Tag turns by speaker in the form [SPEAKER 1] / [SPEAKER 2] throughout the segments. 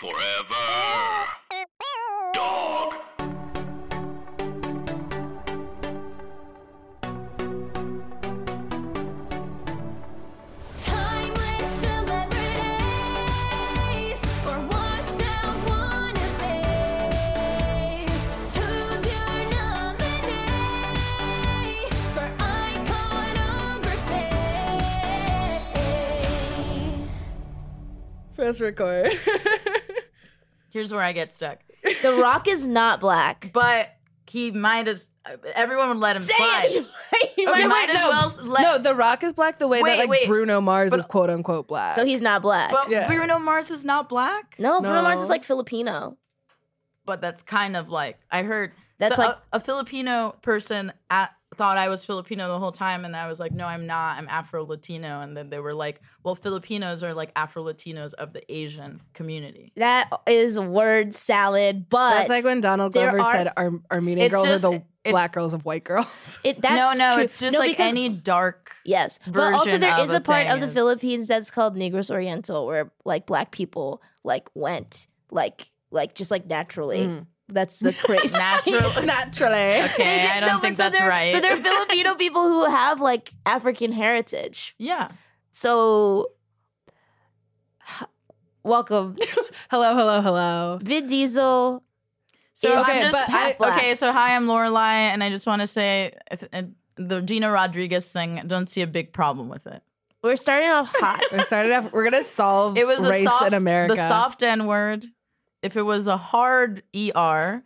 [SPEAKER 1] Forever. Dog.
[SPEAKER 2] Timeless celebrities or washed out wannabes. Who's your nominee for iconography?
[SPEAKER 3] Press record.
[SPEAKER 4] Here's where I get stuck.
[SPEAKER 5] The Rock is not black.
[SPEAKER 4] But he might have. Everyone would let him slide.
[SPEAKER 5] You
[SPEAKER 4] Okay,
[SPEAKER 5] might-
[SPEAKER 4] might as
[SPEAKER 3] no,
[SPEAKER 4] well s- let-
[SPEAKER 3] no, The Rock is black the way
[SPEAKER 4] Wait,
[SPEAKER 3] that like
[SPEAKER 4] wait.
[SPEAKER 3] Bruno Mars is quote unquote black.
[SPEAKER 5] so he's not black.
[SPEAKER 4] uh, But
[SPEAKER 3] Yeah.
[SPEAKER 4] Bruno Mars is not black.
[SPEAKER 5] no, Bruno Mars
[SPEAKER 3] No.
[SPEAKER 5] is like Filipino.
[SPEAKER 4] But that's kind of like I heard.
[SPEAKER 5] That's
[SPEAKER 4] so a-
[SPEAKER 5] like-
[SPEAKER 4] a, Filipino person at, thought I was Filipino the whole time, and I was like, no, I'm not. I'm Afro Latino. And then they were like, well, Filipinos are like Afro Latinos of the Asian community.
[SPEAKER 5] That is word salad, but
[SPEAKER 3] That's like when Donald
[SPEAKER 5] there
[SPEAKER 3] Glover
[SPEAKER 5] are-
[SPEAKER 3] said our Armenian
[SPEAKER 4] It's
[SPEAKER 3] girls
[SPEAKER 4] just-
[SPEAKER 3] are the
[SPEAKER 4] it's-
[SPEAKER 3] black girls of white girls.
[SPEAKER 5] it, that's
[SPEAKER 4] no, no,
[SPEAKER 5] true.
[SPEAKER 4] it's just like
[SPEAKER 5] because-
[SPEAKER 4] any dark.
[SPEAKER 5] Yes, but also
[SPEAKER 4] version
[SPEAKER 5] there
[SPEAKER 4] of
[SPEAKER 5] is
[SPEAKER 4] a
[SPEAKER 5] a part
[SPEAKER 4] thing
[SPEAKER 5] of the
[SPEAKER 4] is-
[SPEAKER 5] Philippines that's called Negros Oriental, where like black people like went like like just like naturally. That's the crazy
[SPEAKER 4] Natural.
[SPEAKER 3] Naturally.
[SPEAKER 5] They
[SPEAKER 4] Mm. Okay,
[SPEAKER 5] get-
[SPEAKER 4] I don't
[SPEAKER 5] no, but
[SPEAKER 4] think
[SPEAKER 5] so
[SPEAKER 4] that's
[SPEAKER 5] they're-
[SPEAKER 4] right.
[SPEAKER 5] So they're Filipino people who have like African heritage.
[SPEAKER 4] yeah.
[SPEAKER 5] So welcome,
[SPEAKER 3] Hello, hello, hello.
[SPEAKER 5] Vin Diesel.
[SPEAKER 4] So
[SPEAKER 5] is
[SPEAKER 3] Okay,
[SPEAKER 4] I'm just
[SPEAKER 3] but I-
[SPEAKER 5] half black.
[SPEAKER 4] okay. So hi, I'm Lorelai, and I just want to say I th- uh, the Gina Rodriguez thing. I don't see a big problem with it.
[SPEAKER 5] We're starting off hot.
[SPEAKER 3] We started off. We're gonna solve
[SPEAKER 4] It was
[SPEAKER 3] race
[SPEAKER 4] a soft,
[SPEAKER 3] in America.
[SPEAKER 4] the soft N word. If it was a hard er,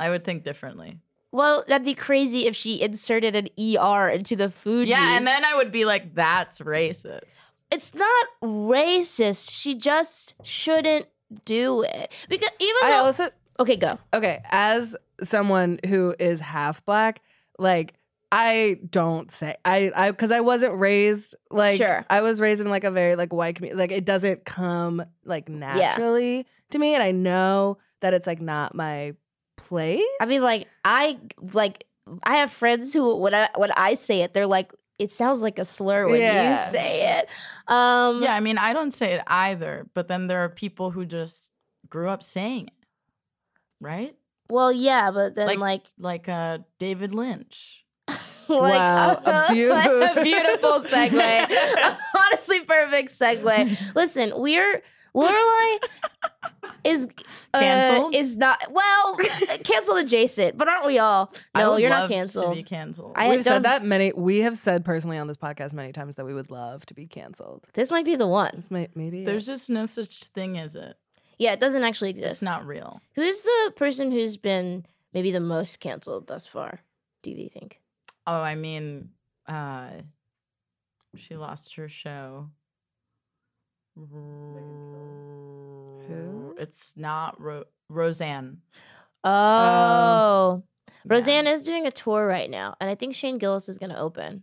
[SPEAKER 4] I would think differently.
[SPEAKER 5] well, that'd be crazy if she inserted an ER into the food.
[SPEAKER 4] Yeah, and
[SPEAKER 5] juice.
[SPEAKER 4] then I would be like, that's racist.
[SPEAKER 5] it's not racist. She just shouldn't do it because even
[SPEAKER 3] I
[SPEAKER 5] though
[SPEAKER 3] also
[SPEAKER 5] okay, go.
[SPEAKER 3] okay as someone who is half black, like I don't say I I because I wasn't raised like
[SPEAKER 5] Sure.
[SPEAKER 3] I was raised in like a very like white community. Like it doesn't come like naturally to me, and I know that it's like not my place.
[SPEAKER 5] I mean, like I like I have friends who when I when I say it, they're like, it sounds like a slur when you
[SPEAKER 3] Yeah.
[SPEAKER 5] say it. Um,
[SPEAKER 4] Yeah, I mean, I don't say it either, but then there are people who just grew up saying it, right?
[SPEAKER 5] Well, yeah, but then like like,
[SPEAKER 4] like uh, David Lynch.
[SPEAKER 3] Wow, a
[SPEAKER 5] uh,
[SPEAKER 3] beau-
[SPEAKER 5] like a beautiful segue. Honestly, perfect segue. Listen, we're. Lorelai is uh,
[SPEAKER 4] Canceled?
[SPEAKER 5] is not well uh, canceled adjacent, but aren't we all?
[SPEAKER 4] I
[SPEAKER 5] No,
[SPEAKER 4] would
[SPEAKER 5] you're
[SPEAKER 4] love
[SPEAKER 5] not
[SPEAKER 4] to
[SPEAKER 5] canceled.
[SPEAKER 4] be canceled.
[SPEAKER 5] I
[SPEAKER 3] We've
[SPEAKER 5] don't-
[SPEAKER 3] said that many. We have said personally on this podcast many times that we would love to be canceled.
[SPEAKER 5] This might be the one.
[SPEAKER 3] This might maybe it.
[SPEAKER 4] There's just no such thing as it.
[SPEAKER 5] Yeah, it doesn't actually exist.
[SPEAKER 4] It's not real.
[SPEAKER 5] Who's the person who's been maybe the most canceled thus far? Do you think?
[SPEAKER 4] Oh, I mean, uh she lost her show. Who? It's not Ro- Roseanne.
[SPEAKER 5] Oh,
[SPEAKER 4] Um, Yeah.
[SPEAKER 5] Roseanne is doing a tour right now, and I think Shane Gillis is going to open.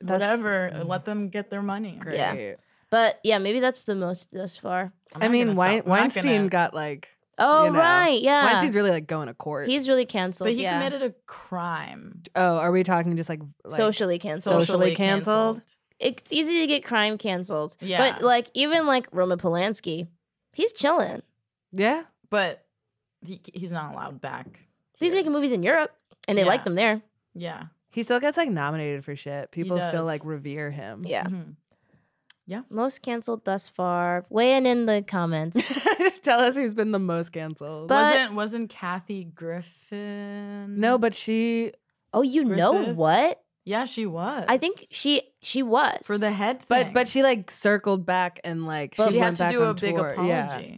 [SPEAKER 3] That's-
[SPEAKER 4] Whatever. uh, Let them get their money.
[SPEAKER 3] Great.
[SPEAKER 5] yeah. But yeah, maybe that's the most thus far.
[SPEAKER 4] I'm
[SPEAKER 3] I
[SPEAKER 4] not
[SPEAKER 3] mean,
[SPEAKER 4] gonna stop-
[SPEAKER 3] Wein-
[SPEAKER 4] I'm not
[SPEAKER 3] Weinstein
[SPEAKER 4] gonna-
[SPEAKER 3] got like
[SPEAKER 5] Oh
[SPEAKER 3] You know.
[SPEAKER 5] right, yeah.
[SPEAKER 3] Weinstein's really like going to court.
[SPEAKER 5] He's really canceled.
[SPEAKER 4] But he
[SPEAKER 5] yeah.
[SPEAKER 4] committed a crime.
[SPEAKER 3] oh, are we talking just like, like
[SPEAKER 5] socially canceled.
[SPEAKER 3] Social- Socially canceled?
[SPEAKER 5] it's easy to get crime canceled.
[SPEAKER 4] Yeah.
[SPEAKER 5] But like even like Roma Polanski, he's chilling.
[SPEAKER 3] Yeah,
[SPEAKER 4] But he, he's not allowed back.
[SPEAKER 5] He's
[SPEAKER 4] here.
[SPEAKER 5] making movies in Europe, and they
[SPEAKER 4] Yeah. Mm-hmm.
[SPEAKER 5] like them there.
[SPEAKER 4] Yeah.
[SPEAKER 3] he still gets like nominated for shit. People still
[SPEAKER 4] does.
[SPEAKER 3] like revere him.
[SPEAKER 5] Yeah.
[SPEAKER 4] Mhm.
[SPEAKER 5] Most canceled thus far. Weighing in the comments.
[SPEAKER 3] Tell us who's been the most canceled.
[SPEAKER 5] But-
[SPEAKER 4] wasn't wasn't Kathy Griffin?
[SPEAKER 3] no, but she.
[SPEAKER 5] Oh, you know
[SPEAKER 4] Griffith?
[SPEAKER 5] what?
[SPEAKER 4] yeah, she was.
[SPEAKER 5] I think she she was
[SPEAKER 4] for the head.
[SPEAKER 3] But
[SPEAKER 4] thing.
[SPEAKER 3] but she like circled back and like
[SPEAKER 5] But
[SPEAKER 3] she,
[SPEAKER 4] she
[SPEAKER 3] went
[SPEAKER 4] had to
[SPEAKER 3] back
[SPEAKER 4] do a
[SPEAKER 3] on
[SPEAKER 4] big
[SPEAKER 3] tour.
[SPEAKER 4] apology.
[SPEAKER 3] Yeah.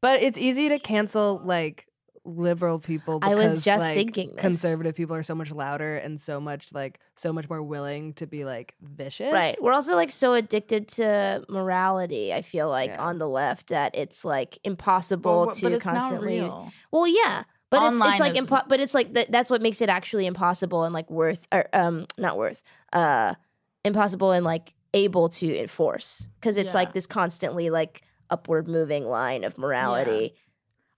[SPEAKER 3] But it's easy to cancel like liberal people.
[SPEAKER 5] I was
[SPEAKER 3] because,
[SPEAKER 5] just
[SPEAKER 3] like,
[SPEAKER 5] thinking this.
[SPEAKER 3] conservative people are so much louder and so much like so much more willing to be like vicious.
[SPEAKER 5] Right. We're also like so addicted to morality, I feel like,
[SPEAKER 3] Yeah.
[SPEAKER 5] on the left that it's like impossible
[SPEAKER 4] Well, wh-
[SPEAKER 5] to
[SPEAKER 4] but it's
[SPEAKER 5] constantly
[SPEAKER 4] not real.
[SPEAKER 5] Well, yeah, but it's,
[SPEAKER 4] Online
[SPEAKER 5] it's like
[SPEAKER 4] is-
[SPEAKER 5] impo- but it's like that. That's what makes it actually impossible and like worth or um not worth uh impossible and like able to enforce because it's
[SPEAKER 4] Yeah.
[SPEAKER 5] like this constantly like upward moving line of morality.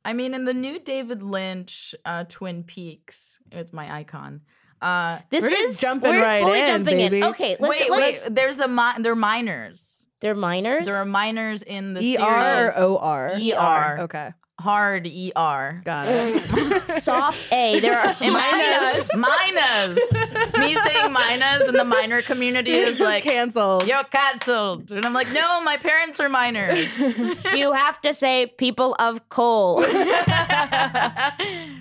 [SPEAKER 4] I mean, in the new David Lynch uh, Twin Peaks, it's my icon. Uh,
[SPEAKER 5] This
[SPEAKER 3] We're just
[SPEAKER 5] is
[SPEAKER 3] jumping
[SPEAKER 5] we're
[SPEAKER 3] right
[SPEAKER 5] fully
[SPEAKER 3] in,
[SPEAKER 5] jumping in.
[SPEAKER 3] baby.
[SPEAKER 5] Okay, let's,
[SPEAKER 4] wait,
[SPEAKER 5] let's
[SPEAKER 4] wait. There's a mi- they're minors.
[SPEAKER 5] they're minors.
[SPEAKER 4] There are minors in the
[SPEAKER 3] ER or
[SPEAKER 4] series.
[SPEAKER 3] OR?
[SPEAKER 5] E
[SPEAKER 4] ER.
[SPEAKER 3] Okay.
[SPEAKER 4] Hard ER.
[SPEAKER 3] Got it.
[SPEAKER 5] soft A. There are minors.
[SPEAKER 4] Minors. minors. Me saying minors in the minor community is like,
[SPEAKER 3] canceled.
[SPEAKER 4] you're canceled. And I'm like, no, my parents are minors.
[SPEAKER 5] you have to say people of coal.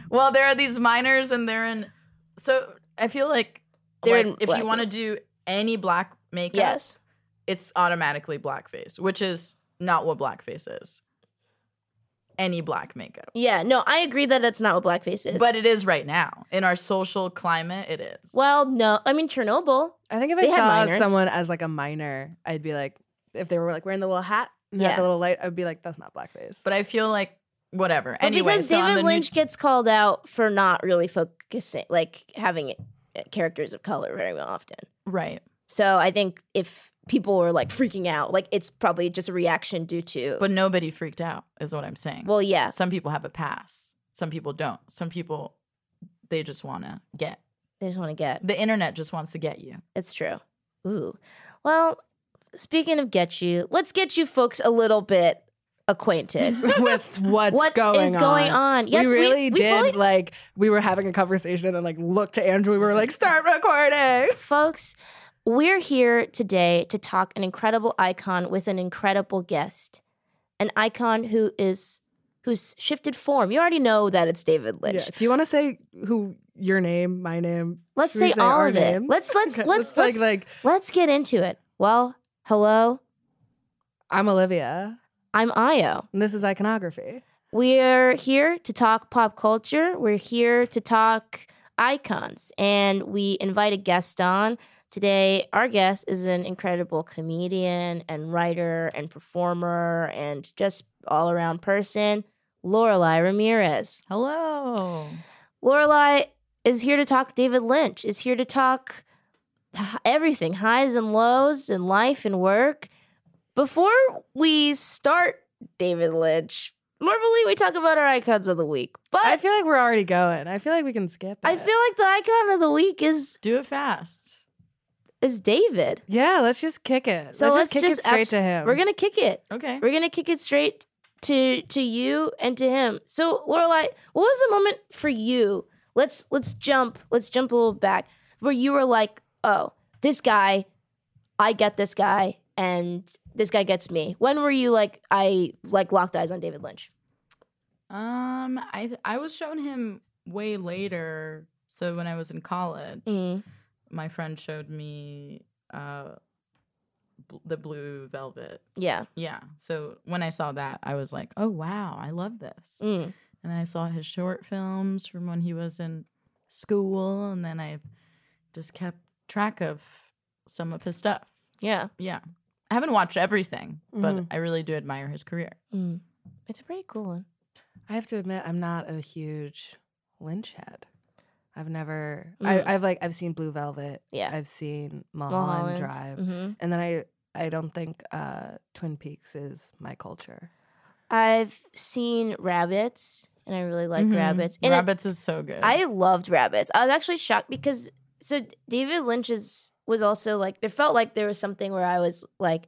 [SPEAKER 4] well, there are these minors, and they're in. So I feel like,
[SPEAKER 5] They're
[SPEAKER 4] like,
[SPEAKER 5] in
[SPEAKER 4] if you want to
[SPEAKER 5] blackface.
[SPEAKER 4] do any black makeup,
[SPEAKER 5] yes.
[SPEAKER 4] it's automatically blackface, which is not what blackface is. Any black makeup.
[SPEAKER 5] Yeah. No, I agree that that's not what blackface is.
[SPEAKER 4] But it is right now. In our social climate, it is.
[SPEAKER 5] well, no, I mean Chernobyl.
[SPEAKER 3] I think if
[SPEAKER 5] They
[SPEAKER 3] I
[SPEAKER 5] had
[SPEAKER 3] saw
[SPEAKER 5] minors.
[SPEAKER 3] someone as like a minor, I'd be like, if they were like wearing the little hat and
[SPEAKER 5] Yeah.
[SPEAKER 3] had the little light, I'd be like, that's not blackface.
[SPEAKER 4] but I feel like whatever.
[SPEAKER 5] But
[SPEAKER 4] anyway,
[SPEAKER 5] because
[SPEAKER 4] so on the
[SPEAKER 5] David
[SPEAKER 4] new-
[SPEAKER 5] Lynch gets called out for not really focusing, like having it, uh, characters of color very often.
[SPEAKER 4] right.
[SPEAKER 5] So I think if people were like freaking out, like it's probably just a reaction due to.
[SPEAKER 4] But nobody freaked out, is what I'm saying.
[SPEAKER 5] well, yeah,
[SPEAKER 4] some people have a pass. Some people don't. Some people they just wanna get.
[SPEAKER 5] they just want to get.
[SPEAKER 4] The internet just wants to get you.
[SPEAKER 5] It's true. Ooh. Well, speaking of get you, let's get you folks a little bit acquainted.
[SPEAKER 3] with what's
[SPEAKER 5] What
[SPEAKER 3] going
[SPEAKER 5] is going on? Yes, we-
[SPEAKER 3] we really
[SPEAKER 5] we
[SPEAKER 3] did.
[SPEAKER 5] fully-
[SPEAKER 3] like we were having a conversation and then like looked to Andrew. We were like, start recording.
[SPEAKER 5] folks, we're here today to talk an incredible icon with an incredible guest. An icon who is who's shifted form. You already know that it's David Lynch.
[SPEAKER 3] Yeah. Do you want to say who your name, my name?
[SPEAKER 5] Let's
[SPEAKER 3] Should we
[SPEAKER 5] say all
[SPEAKER 3] our
[SPEAKER 5] of it.
[SPEAKER 3] names?
[SPEAKER 5] Let's- let's-
[SPEAKER 3] Okay,
[SPEAKER 5] let's-
[SPEAKER 3] like
[SPEAKER 5] let's-
[SPEAKER 3] like
[SPEAKER 5] Let's get into it. Well, hello.
[SPEAKER 3] I'm Olivia
[SPEAKER 5] I'm Io.
[SPEAKER 3] and this is iconography.
[SPEAKER 5] We're here to talk pop culture. We're here to talk icons. And we invite a guest on. Today, our guest is an incredible comedian and writer and performer and just all around person, Lorelai Ramirez.
[SPEAKER 4] Hello.
[SPEAKER 5] Lorelai is here to talk David Lynch, is here to talk h- everything, highs and lows in life and work. Before we start David Lynch, normally we talk about our icons of the week, but
[SPEAKER 3] I feel like we're already going. I feel like we can skip.
[SPEAKER 5] I
[SPEAKER 3] it.
[SPEAKER 5] feel like the icon of the week is
[SPEAKER 4] Do it fast.
[SPEAKER 5] is David.
[SPEAKER 3] Yeah, let's just kick it.
[SPEAKER 5] So
[SPEAKER 3] let's,
[SPEAKER 5] let's
[SPEAKER 3] just kick
[SPEAKER 5] just
[SPEAKER 3] it straight
[SPEAKER 5] abs-
[SPEAKER 3] to him.
[SPEAKER 5] We're gonna kick it.
[SPEAKER 4] Okay.
[SPEAKER 5] We're gonna kick it straight to to you and to him. So Lorelai, what was the moment for you? Let's let's jump. Let's jump a little back where you were like, oh, this guy, I get this guy, and this guy gets me. When were you like, I like locked eyes on David Lynch?
[SPEAKER 4] Um I th- I was shown him way later. So when I was in college,
[SPEAKER 5] Mm.
[SPEAKER 4] my friend showed me uh bl- the blue velvet.
[SPEAKER 5] Yeah.
[SPEAKER 4] Yeah. So when I saw that, I was like, "Oh wow, I love this."
[SPEAKER 5] Mm.
[SPEAKER 4] and then I saw his short films from when he was in school, and then I just kept track of some of his stuff.
[SPEAKER 5] Yeah.
[SPEAKER 4] Yeah, I haven't watched everything, but
[SPEAKER 5] Mm-hmm.
[SPEAKER 4] I really do admire his career.
[SPEAKER 5] Mm. It's a pretty cool one.
[SPEAKER 3] I have to admit, I'm not a huge Lynch head. I've never.
[SPEAKER 5] Mm.
[SPEAKER 3] I, I've like I've seen Blue Velvet.
[SPEAKER 5] Yeah.
[SPEAKER 3] I've seen Mulholland,
[SPEAKER 5] Mulholland.
[SPEAKER 3] Drive,
[SPEAKER 5] Mhm.
[SPEAKER 3] and then I I don't think uh, Twin Peaks is my culture.
[SPEAKER 5] I've seen rabbits, and I really like
[SPEAKER 4] Mhm.
[SPEAKER 5] Mm-hmm. rabbits. And it-
[SPEAKER 4] Rabbits is so good.
[SPEAKER 5] I loved rabbits. I was actually shocked because so David Lynch's was also like there felt like there was something where I was like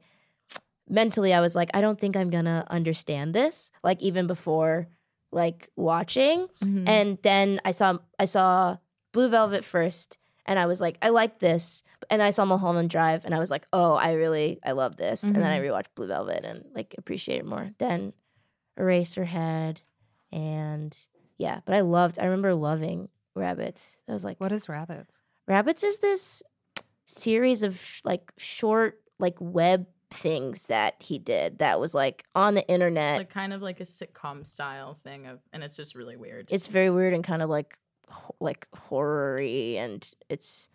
[SPEAKER 5] mentally I was like I don't think I'm gonna understand this like even before like watching
[SPEAKER 3] Mm-hmm.
[SPEAKER 4] Mhm.
[SPEAKER 5] and then I saw I saw Blue Velvet first and I was like I like this and then I saw Mulholland Drive and I was like oh I really I love this and then I
[SPEAKER 3] Mm-hmm.
[SPEAKER 5] rewatched Blue Velvet and like appreciate it more then Eraserhead and yeah but I loved I remember loving Rabbits I was like
[SPEAKER 3] What is Rabbits?
[SPEAKER 5] Rabbits is this series of sh- like short like web things that he did that was like on the internet.
[SPEAKER 4] It's like kind of like a sitcom style thing of, and it's just really weird.
[SPEAKER 5] it's very weird and kind of like ho- like horror-y and it's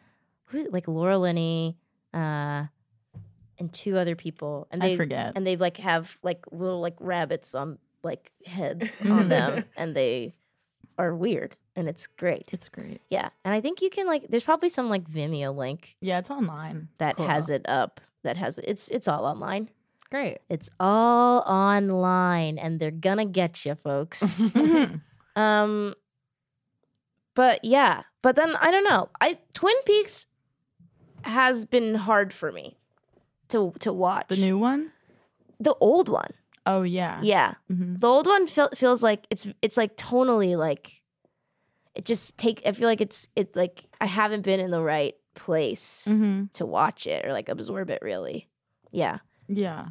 [SPEAKER 5] who, like Laura Linney uh and two other people and they
[SPEAKER 4] I forget.
[SPEAKER 5] and they like have like little like rabbits on like heads on them and they are weird and it's great.
[SPEAKER 4] it's great.
[SPEAKER 5] Yeah. And I think you can like there's probably some like Vimeo link
[SPEAKER 4] Yeah, it's online.
[SPEAKER 5] that has it up that has it's it's all online.
[SPEAKER 3] Great.
[SPEAKER 5] It's all online and they're gonna get you folks. Um but yeah, but then I don't know. I Twin Peaks has been hard for me to to watch.
[SPEAKER 4] the new one?
[SPEAKER 5] the old one.
[SPEAKER 4] Oh, yeah.
[SPEAKER 5] Yeah.
[SPEAKER 4] Mhm.
[SPEAKER 5] The old one feel, feels like it's it's like tonally like it just take I feel like it's it like I haven't been in the right place
[SPEAKER 4] Mhm.
[SPEAKER 5] to watch it or like absorb it really. Yeah.
[SPEAKER 4] Yeah.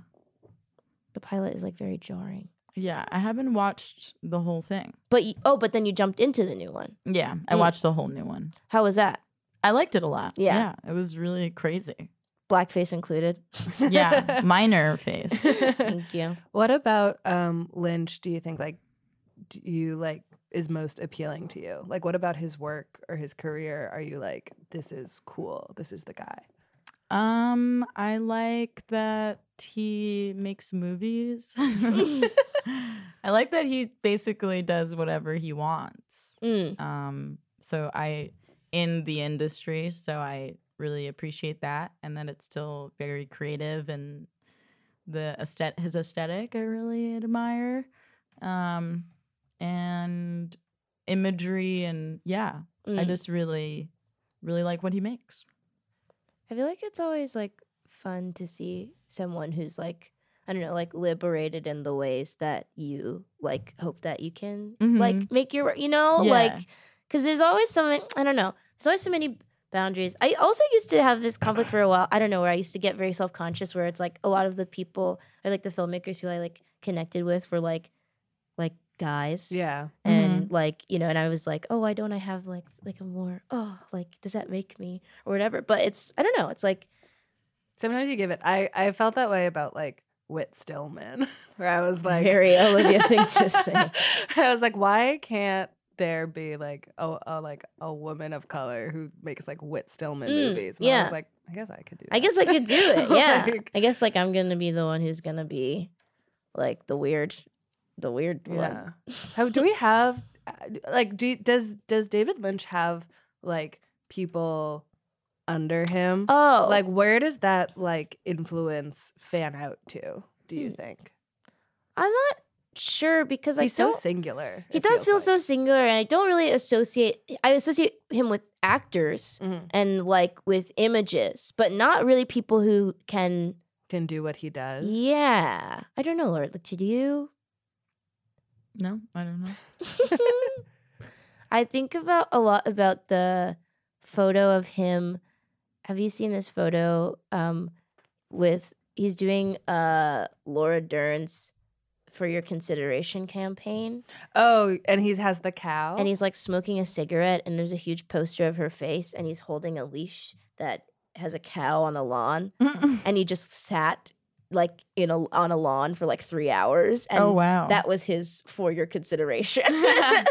[SPEAKER 5] The pilot is like very jarring.
[SPEAKER 4] Yeah. I haven't watched the whole thing.
[SPEAKER 5] But you, oh, but then you jumped into the new one.
[SPEAKER 4] Yeah. I
[SPEAKER 5] Mm.
[SPEAKER 4] watched the whole new one.
[SPEAKER 5] How was that?
[SPEAKER 4] I liked it a lot.
[SPEAKER 5] Yeah.
[SPEAKER 4] Yeah. It was really crazy.
[SPEAKER 5] Blackface included.
[SPEAKER 4] Yeah. Minor face.
[SPEAKER 5] Thank you.
[SPEAKER 3] What about um, Lynch? Do you think like do you like is most appealing to you? Like, what about his work or his career? Are you like this is cool? This is the guy.
[SPEAKER 4] Um, I like that he makes movies. I like that he basically does whatever he wants.
[SPEAKER 5] Mm.
[SPEAKER 4] Um, so I in the industry, so I really appreciate that, and that it's still very creative and the aesthet- his aesthetic I really admire, um, and imagery and yeah, I
[SPEAKER 5] Mm.
[SPEAKER 4] just really, really like what he makes.
[SPEAKER 5] I feel like it's always like fun to see someone who's like I don't know, like liberated in the ways that you like hope that you can like make your you know
[SPEAKER 4] Yeah.
[SPEAKER 5] like because there's always so many I don't know there's always so many boundaries. I also used to have this conflict for a while. I don't know where I used to get very self conscious where it's like a lot of the people or like the filmmakers who I like connected with were like like guys
[SPEAKER 3] Yeah.
[SPEAKER 5] and like you know and i was like oh why don't i have like like a more oh like does that make me or whatever but it's i don't know it's like
[SPEAKER 3] Sometimes you give it. I I felt that way about like Whit Stillman, where I was like
[SPEAKER 5] Very Olivia thing to say.
[SPEAKER 3] I was like, why can't there be like a, a like a woman of color who makes like Whit Stillman
[SPEAKER 5] Mm,
[SPEAKER 3] movies? And I
[SPEAKER 5] yeah.
[SPEAKER 3] was like, I guess I could do. That.
[SPEAKER 5] i guess i could do it yeah
[SPEAKER 3] Like,
[SPEAKER 5] i guess like i'm gonna be the one who's gonna be like the weird the weird one
[SPEAKER 3] yeah. How do we have uh, like do does does David Lynch have like people under him?
[SPEAKER 5] oh
[SPEAKER 3] Like where does that like influence fan out to? Do you
[SPEAKER 5] Mm.
[SPEAKER 3] think
[SPEAKER 5] i'm not sure because i
[SPEAKER 3] he's so
[SPEAKER 5] don't-
[SPEAKER 3] singular?
[SPEAKER 5] he
[SPEAKER 3] it
[SPEAKER 5] does
[SPEAKER 3] feels
[SPEAKER 5] feel
[SPEAKER 3] like.
[SPEAKER 5] so singular and i don't really associate i associate him with actors
[SPEAKER 3] Mhm.
[SPEAKER 5] and like with images but not really people who can
[SPEAKER 3] can do what he does.
[SPEAKER 5] yeah i don't know lord do you
[SPEAKER 4] No, I don't know.
[SPEAKER 5] I think about a lot about the photo of him. Have you seen this photo um, with he's doing uh, Laura Dern's for your consideration campaign,
[SPEAKER 3] Oh, and he has the
[SPEAKER 4] Oh.
[SPEAKER 3] cow.
[SPEAKER 5] and he's like smoking a cigarette, and there's a huge poster of her face, and he's holding a leash that has a cow on the lawn, and he just sat like in a on a lawn for like three hours, and
[SPEAKER 4] oh wow,
[SPEAKER 5] that was his for your consideration.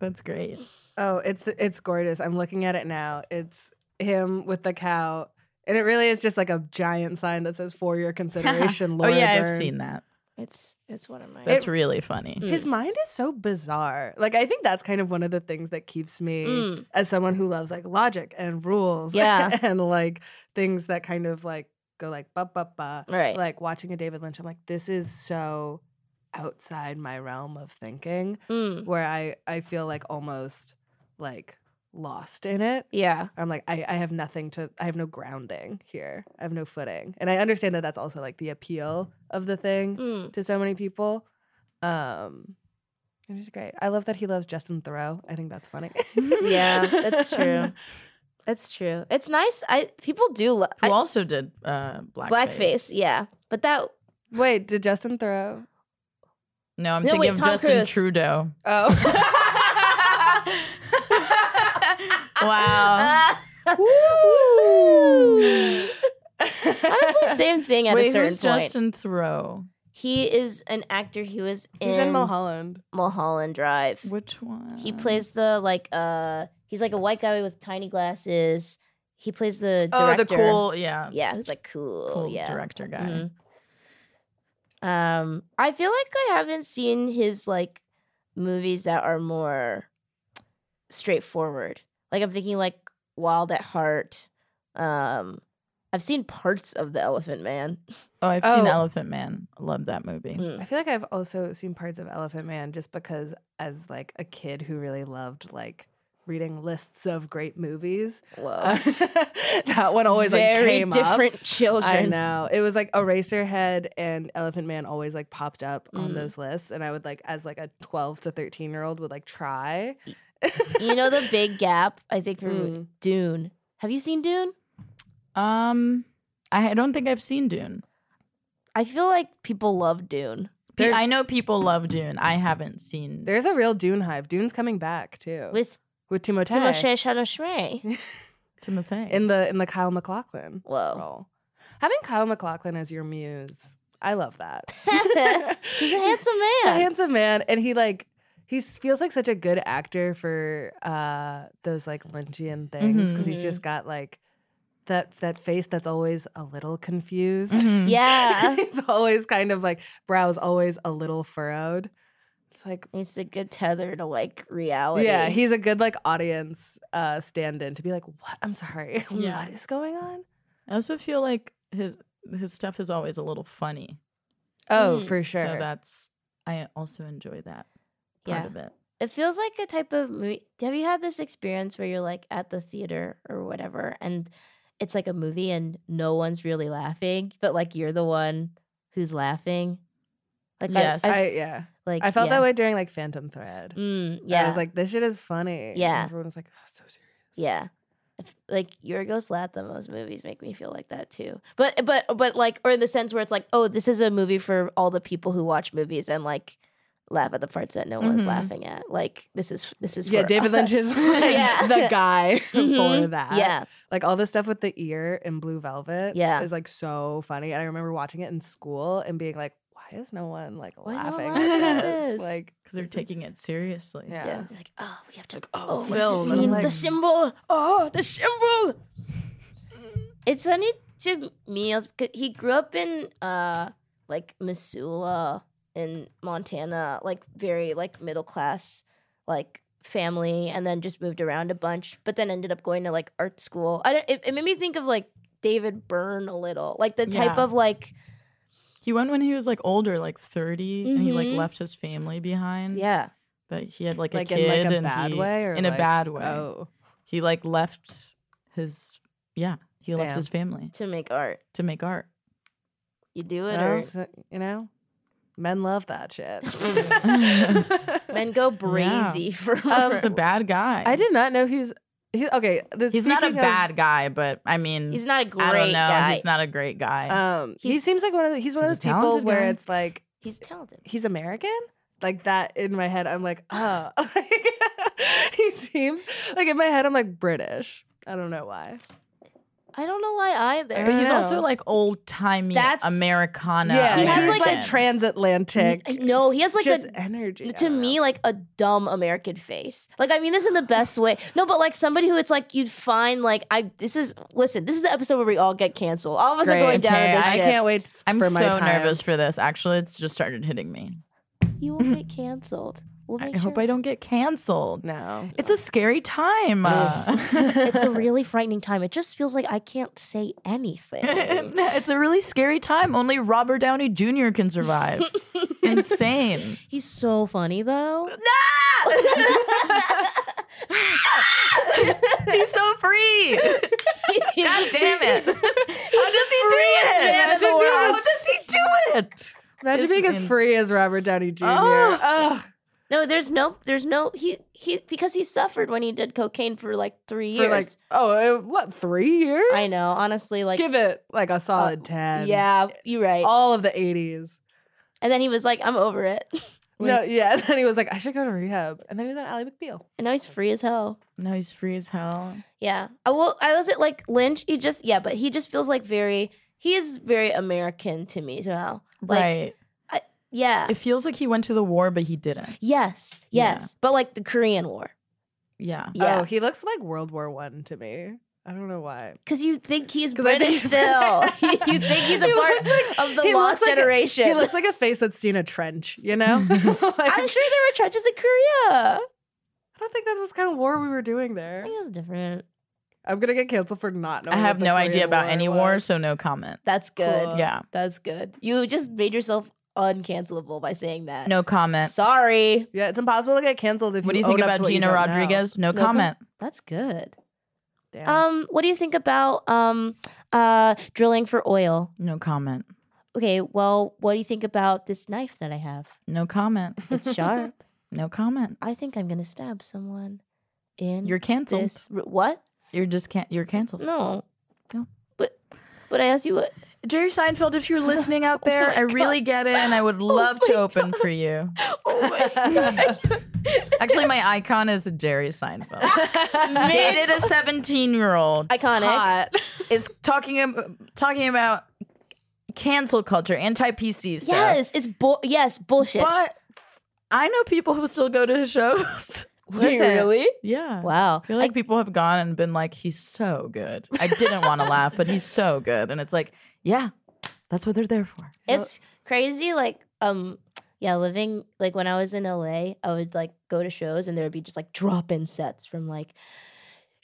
[SPEAKER 4] that's great.
[SPEAKER 3] Oh, it's it's gorgeous. I'm looking at it now. It's him with the cow, and it really is just like a giant sign that says "For
[SPEAKER 5] Oh,
[SPEAKER 3] your consideration." Laura
[SPEAKER 4] oh yeah, I've
[SPEAKER 3] Dern."
[SPEAKER 4] seen that.
[SPEAKER 5] It's it's one of my
[SPEAKER 4] That's really funny.
[SPEAKER 5] Mm.
[SPEAKER 3] His mind is so bizarre. Like I think that's kind of one of the things that keeps me
[SPEAKER 5] Mm.
[SPEAKER 3] as someone who loves like logic and rules,
[SPEAKER 5] Yeah.
[SPEAKER 3] and like things that kind of like go like ba ba ba.
[SPEAKER 5] Right.
[SPEAKER 3] Like watching a David Lynch, I'm like, this is so outside my realm of thinking,
[SPEAKER 5] Mm.
[SPEAKER 3] where I I feel like almost like lost in it.
[SPEAKER 5] Yeah.
[SPEAKER 3] I'm like, I, I have nothing to, I have no grounding here. I have no footing. And I understand that that's also like the appeal of the thing
[SPEAKER 5] Mm.
[SPEAKER 3] to so many people. Um, it is great. I love that he loves Justin Thoreau. I think that's funny.
[SPEAKER 5] Yeah, that's true. That's true. It's nice. I people do lo-
[SPEAKER 4] Who
[SPEAKER 5] I-
[SPEAKER 4] also did uh, blackface?
[SPEAKER 5] blackface. Yeah, but that
[SPEAKER 3] Wait, did Justin Thoreau?
[SPEAKER 4] No, I'm
[SPEAKER 5] No,
[SPEAKER 4] thinking
[SPEAKER 5] wait,
[SPEAKER 4] of
[SPEAKER 5] Tom
[SPEAKER 4] Justin
[SPEAKER 5] Cruise.
[SPEAKER 4] Trudeau.
[SPEAKER 3] Oh.
[SPEAKER 4] Wow.
[SPEAKER 5] Woo! Honestly, same thing at
[SPEAKER 4] Wait,
[SPEAKER 5] a certain
[SPEAKER 4] who's
[SPEAKER 5] point.
[SPEAKER 4] Justin Thoreau?
[SPEAKER 5] He is an actor. He was in,
[SPEAKER 3] He's in Mulholland.
[SPEAKER 5] Mulholland Drive.
[SPEAKER 4] Which one?
[SPEAKER 5] He plays the like uh he's like a white guy with tiny glasses. He plays the
[SPEAKER 4] Oh, the
[SPEAKER 5] director.
[SPEAKER 4] cool, yeah,
[SPEAKER 5] Yeah, he's like cool.
[SPEAKER 4] cool
[SPEAKER 5] yeah.
[SPEAKER 4] director guy.
[SPEAKER 5] Mhm. Um, I feel like I haven't seen his like movies that are more straightforward. Like I'm thinking like Wild at Heart. Um, I've seen parts of The Elephant Man.
[SPEAKER 4] Oh, I've seen
[SPEAKER 3] Oh.
[SPEAKER 4] Elephant Man. Love that movie.
[SPEAKER 5] Mm.
[SPEAKER 3] I feel like I've also seen parts of Elephant Man just because as like a kid who really loved like reading lists of great movies.
[SPEAKER 5] Whoa,
[SPEAKER 3] that one always like
[SPEAKER 5] Hmm. very
[SPEAKER 3] came up.
[SPEAKER 5] different children.
[SPEAKER 3] I know. It was like Eraserhead and Elephant Man always like popped up on
[SPEAKER 5] Mm.
[SPEAKER 3] those lists and I would like as like a 12 to 13 year old would like try.
[SPEAKER 5] You know the big gap. I think for me-
[SPEAKER 3] Mm.
[SPEAKER 5] Dune. Have you seen Dune?
[SPEAKER 4] Um, I I don't think I've seen Dune.
[SPEAKER 5] I feel like people love Dune.
[SPEAKER 4] Pe-
[SPEAKER 3] There-
[SPEAKER 4] I know people love Dune. I haven't seen.
[SPEAKER 3] There's a real Dune hive. Dune's coming back too. With,
[SPEAKER 5] With
[SPEAKER 3] Timothée
[SPEAKER 5] Timoshé Chalamet.
[SPEAKER 4] Timothy.
[SPEAKER 3] in the in the Kyle MacLachlan
[SPEAKER 5] Whoa.
[SPEAKER 3] role. Having Kyle MacLachlan as your muse. I love that.
[SPEAKER 5] He's a handsome
[SPEAKER 3] He's a
[SPEAKER 5] man.
[SPEAKER 3] handsome man, and he like he s- feels like such a good actor for uh those like Lynchian things because he's
[SPEAKER 5] Mhm.
[SPEAKER 3] just got like that that face that's always a little confused.
[SPEAKER 4] Mhm.
[SPEAKER 5] Mm-hmm. Yeah.
[SPEAKER 3] he's always kind of like brows always a little furrowed. It's like
[SPEAKER 5] It's a good tether to like reality.
[SPEAKER 3] yeah, he's a good like audience uh stand-in to be like, what? I'm sorry,
[SPEAKER 4] Yeah.
[SPEAKER 3] what is going on?
[SPEAKER 4] I also feel like his his stuff is always a little funny.
[SPEAKER 3] Oh,
[SPEAKER 5] Mm.
[SPEAKER 3] for sure.
[SPEAKER 4] So that's I also enjoy that part
[SPEAKER 5] Yeah.
[SPEAKER 4] of it.
[SPEAKER 5] it feels like a type of movie. Have you had this experience where you're like at the theater or whatever and it's like a movie and no one's really laughing, but like you're the one who's laughing? Like I-
[SPEAKER 4] Yes.
[SPEAKER 5] I,
[SPEAKER 3] I yeah.
[SPEAKER 5] like
[SPEAKER 3] I felt
[SPEAKER 5] yeah.
[SPEAKER 3] that way during like Phantom Thread.
[SPEAKER 5] Mm,
[SPEAKER 3] Yeah.
[SPEAKER 5] yeah.
[SPEAKER 3] I was like, this shit is funny. And
[SPEAKER 5] Yeah.
[SPEAKER 3] everyone was like, oh, so serious.
[SPEAKER 5] Yeah. If, like Yorgos Lanthimos movies make me feel like that too. But but but like or in the sense where it's like, oh, this is a movie for all the people who watch movies and like laugh at the parts that no one's
[SPEAKER 4] Mhm.
[SPEAKER 5] laughing at. Like this is this is
[SPEAKER 3] Mm-hmm. Yeah,
[SPEAKER 5] for
[SPEAKER 3] David Lynch is
[SPEAKER 5] us.
[SPEAKER 3] like the guy for
[SPEAKER 5] Mhm.
[SPEAKER 3] that.
[SPEAKER 5] Yeah.
[SPEAKER 3] Like all the stuff with the ear in Blue Velvet
[SPEAKER 5] Yeah.
[SPEAKER 3] is like so funny. And I remember watching it in school and being like, why is no one like
[SPEAKER 5] Why is no one
[SPEAKER 3] laughing
[SPEAKER 4] laughing
[SPEAKER 3] at
[SPEAKER 4] at
[SPEAKER 3] this?
[SPEAKER 5] this?
[SPEAKER 3] Like,
[SPEAKER 4] Because they're
[SPEAKER 3] this is-
[SPEAKER 4] taking it seriously.
[SPEAKER 3] Yeah.
[SPEAKER 5] Yeah. Like, oh, we have to
[SPEAKER 3] oh,
[SPEAKER 5] oh, what's it
[SPEAKER 4] Phil,
[SPEAKER 5] mean?
[SPEAKER 3] like-
[SPEAKER 5] the symbol. Oh, the symbol. it's funny to me as- 'cause he grew up in uh like Missoula in Montana, like very like middle class like family, and then just moved around a bunch, but then ended up going to like art school. I don't, it, it made me think of like David Byrne a little, like the type
[SPEAKER 4] Yeah.
[SPEAKER 5] of like
[SPEAKER 4] He went when he was like older, like 30 and he like
[SPEAKER 5] Mhm.
[SPEAKER 4] left his family behind.
[SPEAKER 5] yeah.
[SPEAKER 4] That he had like,
[SPEAKER 3] Mm-hmm. Like
[SPEAKER 4] a
[SPEAKER 3] in
[SPEAKER 4] kid
[SPEAKER 3] like a
[SPEAKER 4] and
[SPEAKER 3] bad
[SPEAKER 4] he-
[SPEAKER 3] way or
[SPEAKER 4] in
[SPEAKER 3] like-
[SPEAKER 4] a bad way.
[SPEAKER 3] Oh.
[SPEAKER 4] He like left his yeah he left
[SPEAKER 3] Damn.
[SPEAKER 4] his family
[SPEAKER 5] To make art,
[SPEAKER 4] to make art.
[SPEAKER 5] you do it,
[SPEAKER 3] Well,
[SPEAKER 5] or
[SPEAKER 3] so- you know, men love that shit.
[SPEAKER 5] men go brazy for.
[SPEAKER 4] Um, he's a bad guy.
[SPEAKER 3] Oh, I did not know he's. He, okay, this,
[SPEAKER 4] He's not a
[SPEAKER 3] speaking of-
[SPEAKER 4] bad guy, but I mean,
[SPEAKER 5] He's not a great
[SPEAKER 4] I don't know.
[SPEAKER 5] guy.
[SPEAKER 4] He's not a great guy.
[SPEAKER 3] Um, he
[SPEAKER 5] He's-
[SPEAKER 3] seems like one of the, he's one of
[SPEAKER 4] he's
[SPEAKER 3] those
[SPEAKER 4] a
[SPEAKER 3] people
[SPEAKER 4] talented
[SPEAKER 3] where
[SPEAKER 4] guy.
[SPEAKER 3] it's like
[SPEAKER 5] He's talented.
[SPEAKER 3] he's American. Like that in my head, I'm like, oh, he seems like in my head, I'm like British. I don't know why.
[SPEAKER 5] I don't know why either.
[SPEAKER 4] but he's
[SPEAKER 3] know.
[SPEAKER 4] also like old timey
[SPEAKER 5] That's-
[SPEAKER 4] Americana.
[SPEAKER 3] yeah,
[SPEAKER 5] He has,
[SPEAKER 3] he's
[SPEAKER 5] like,
[SPEAKER 3] like,
[SPEAKER 4] American.
[SPEAKER 3] transatlantic.
[SPEAKER 5] no, he has like
[SPEAKER 3] just
[SPEAKER 5] a
[SPEAKER 3] energy I
[SPEAKER 5] to
[SPEAKER 3] don't
[SPEAKER 5] me
[SPEAKER 3] know.
[SPEAKER 5] like a dumb American face. Like I mean this in the best way. No, but like somebody who it's like you'd find like I this is listen this is the episode where we all get canceled. All of us
[SPEAKER 3] Great.
[SPEAKER 5] are going down
[SPEAKER 4] Okay,
[SPEAKER 5] to this
[SPEAKER 3] I
[SPEAKER 5] shit.
[SPEAKER 3] can't wait f-
[SPEAKER 4] I'm
[SPEAKER 3] for my
[SPEAKER 4] so
[SPEAKER 3] time.
[SPEAKER 4] nervous for this. Actually, it's just started hitting me.
[SPEAKER 5] You will get canceled. We'll
[SPEAKER 4] I
[SPEAKER 5] make
[SPEAKER 4] hope
[SPEAKER 5] sure.
[SPEAKER 4] I don't get canceled.
[SPEAKER 3] No,
[SPEAKER 4] It's a scary time.
[SPEAKER 5] It's a really frightening time. It just feels like I can't say anything.
[SPEAKER 4] it's a really scary time. Only Robert Downey Jr. can survive. Insane.
[SPEAKER 5] He's so funny though.
[SPEAKER 4] He's so free.
[SPEAKER 5] God
[SPEAKER 4] Damn it. How does he do
[SPEAKER 5] freest
[SPEAKER 4] it?
[SPEAKER 5] man in the
[SPEAKER 4] How
[SPEAKER 5] world.
[SPEAKER 4] does he do it?
[SPEAKER 3] imagine
[SPEAKER 4] It's
[SPEAKER 3] being as
[SPEAKER 4] ins-
[SPEAKER 3] free as Robert Downey Jr.
[SPEAKER 4] Oh.
[SPEAKER 3] Ugh.
[SPEAKER 5] No, there's no, there's no. He he because he suffered when he did cocaine for like three
[SPEAKER 3] for like
[SPEAKER 5] years.
[SPEAKER 3] oh, uh, what three years?
[SPEAKER 5] I know, honestly, like
[SPEAKER 3] Give it like
[SPEAKER 4] uh,
[SPEAKER 3] a solid ten.
[SPEAKER 5] yeah, you're right.
[SPEAKER 3] all of the 80s.
[SPEAKER 5] and then he was like, I'm over it,
[SPEAKER 3] No, yeah. And then he was like, I should go to rehab. And then he was on Ally McBeal.
[SPEAKER 5] and now he's free as hell.
[SPEAKER 4] No, he's free as hell.
[SPEAKER 5] Yeah, I will. I was at like Lynch. He just yeah, but he just feels like very. he is very American to me somehow. Like, uh,
[SPEAKER 4] right.
[SPEAKER 5] Yeah.
[SPEAKER 4] It feels like he went to the war, but he didn't.
[SPEAKER 5] yes.
[SPEAKER 4] Yeah.
[SPEAKER 5] Yes. But like the Korean War.
[SPEAKER 4] Yeah.
[SPEAKER 5] Yeah.
[SPEAKER 3] Oh, he looks like World War One to me. I don't know why.
[SPEAKER 5] Because you think he's
[SPEAKER 3] 'Cause I think
[SPEAKER 5] British
[SPEAKER 3] he's-
[SPEAKER 5] still. you think he's a
[SPEAKER 3] He
[SPEAKER 5] part
[SPEAKER 3] looks like-
[SPEAKER 5] of the
[SPEAKER 3] he looks
[SPEAKER 5] lost
[SPEAKER 3] like a-
[SPEAKER 5] generation.
[SPEAKER 3] He looks like a face that's seen a trench, you know?
[SPEAKER 5] I'm sure there were trenches in Korea. I
[SPEAKER 3] I don't think that was kind of war we were doing there.
[SPEAKER 5] think it was different.
[SPEAKER 3] I'm gonna get canceled for not knowing.
[SPEAKER 4] I have
[SPEAKER 3] what the
[SPEAKER 4] no
[SPEAKER 3] Korean
[SPEAKER 4] idea about
[SPEAKER 3] War
[SPEAKER 4] any
[SPEAKER 3] was.
[SPEAKER 4] war, so no comment.
[SPEAKER 5] That's good.
[SPEAKER 3] Cool.
[SPEAKER 4] Yeah.
[SPEAKER 5] That's good. You just made yourself uncancelable by saying that.
[SPEAKER 4] No comment.
[SPEAKER 5] Sorry.
[SPEAKER 3] Yeah, it's impossible to get canceled if
[SPEAKER 4] What do
[SPEAKER 3] you
[SPEAKER 4] you think
[SPEAKER 3] own up to
[SPEAKER 4] about
[SPEAKER 3] what you
[SPEAKER 4] Gina
[SPEAKER 3] don't know.
[SPEAKER 4] Rodriguez? No,
[SPEAKER 5] No com-
[SPEAKER 4] comment.
[SPEAKER 5] That's good.
[SPEAKER 3] Damn.
[SPEAKER 5] Um, what do you think about um uh drilling for oil?
[SPEAKER 4] No comment.
[SPEAKER 5] Okay, well, what do you think about this knife that I have?
[SPEAKER 4] No comment.
[SPEAKER 5] It's sharp.
[SPEAKER 4] No comment.
[SPEAKER 5] I think I'm gonna stab someone in
[SPEAKER 4] You're canceled.
[SPEAKER 5] this. r- What?
[SPEAKER 4] You're just can- you're canceled.
[SPEAKER 5] No.
[SPEAKER 4] No.
[SPEAKER 5] But but I asked you what
[SPEAKER 4] Jerry Seinfeld, if you're listening out there,
[SPEAKER 5] my
[SPEAKER 4] I really get it, and I would love to open for you.
[SPEAKER 5] Oh my
[SPEAKER 4] Actually, my icon is Jerry Seinfeld. Dated a 17 year old.
[SPEAKER 5] Iconic.
[SPEAKER 4] Hot. Is talking ab- talking about cancel culture, anti PC stuff.
[SPEAKER 5] Yes, it's bull yes, bullshit.
[SPEAKER 4] But I know people who still go to his shows.
[SPEAKER 5] Wait, really?
[SPEAKER 4] Yeah.
[SPEAKER 5] Wow.
[SPEAKER 4] I feel like people have gone and been like, he's so good. I didn't want to laugh, but he's so good. And it's like, yeah, that's what they're there for.
[SPEAKER 5] it's crazy like um yeah living like when i was in la i would like go to shows and there would be just like drop-in sets from like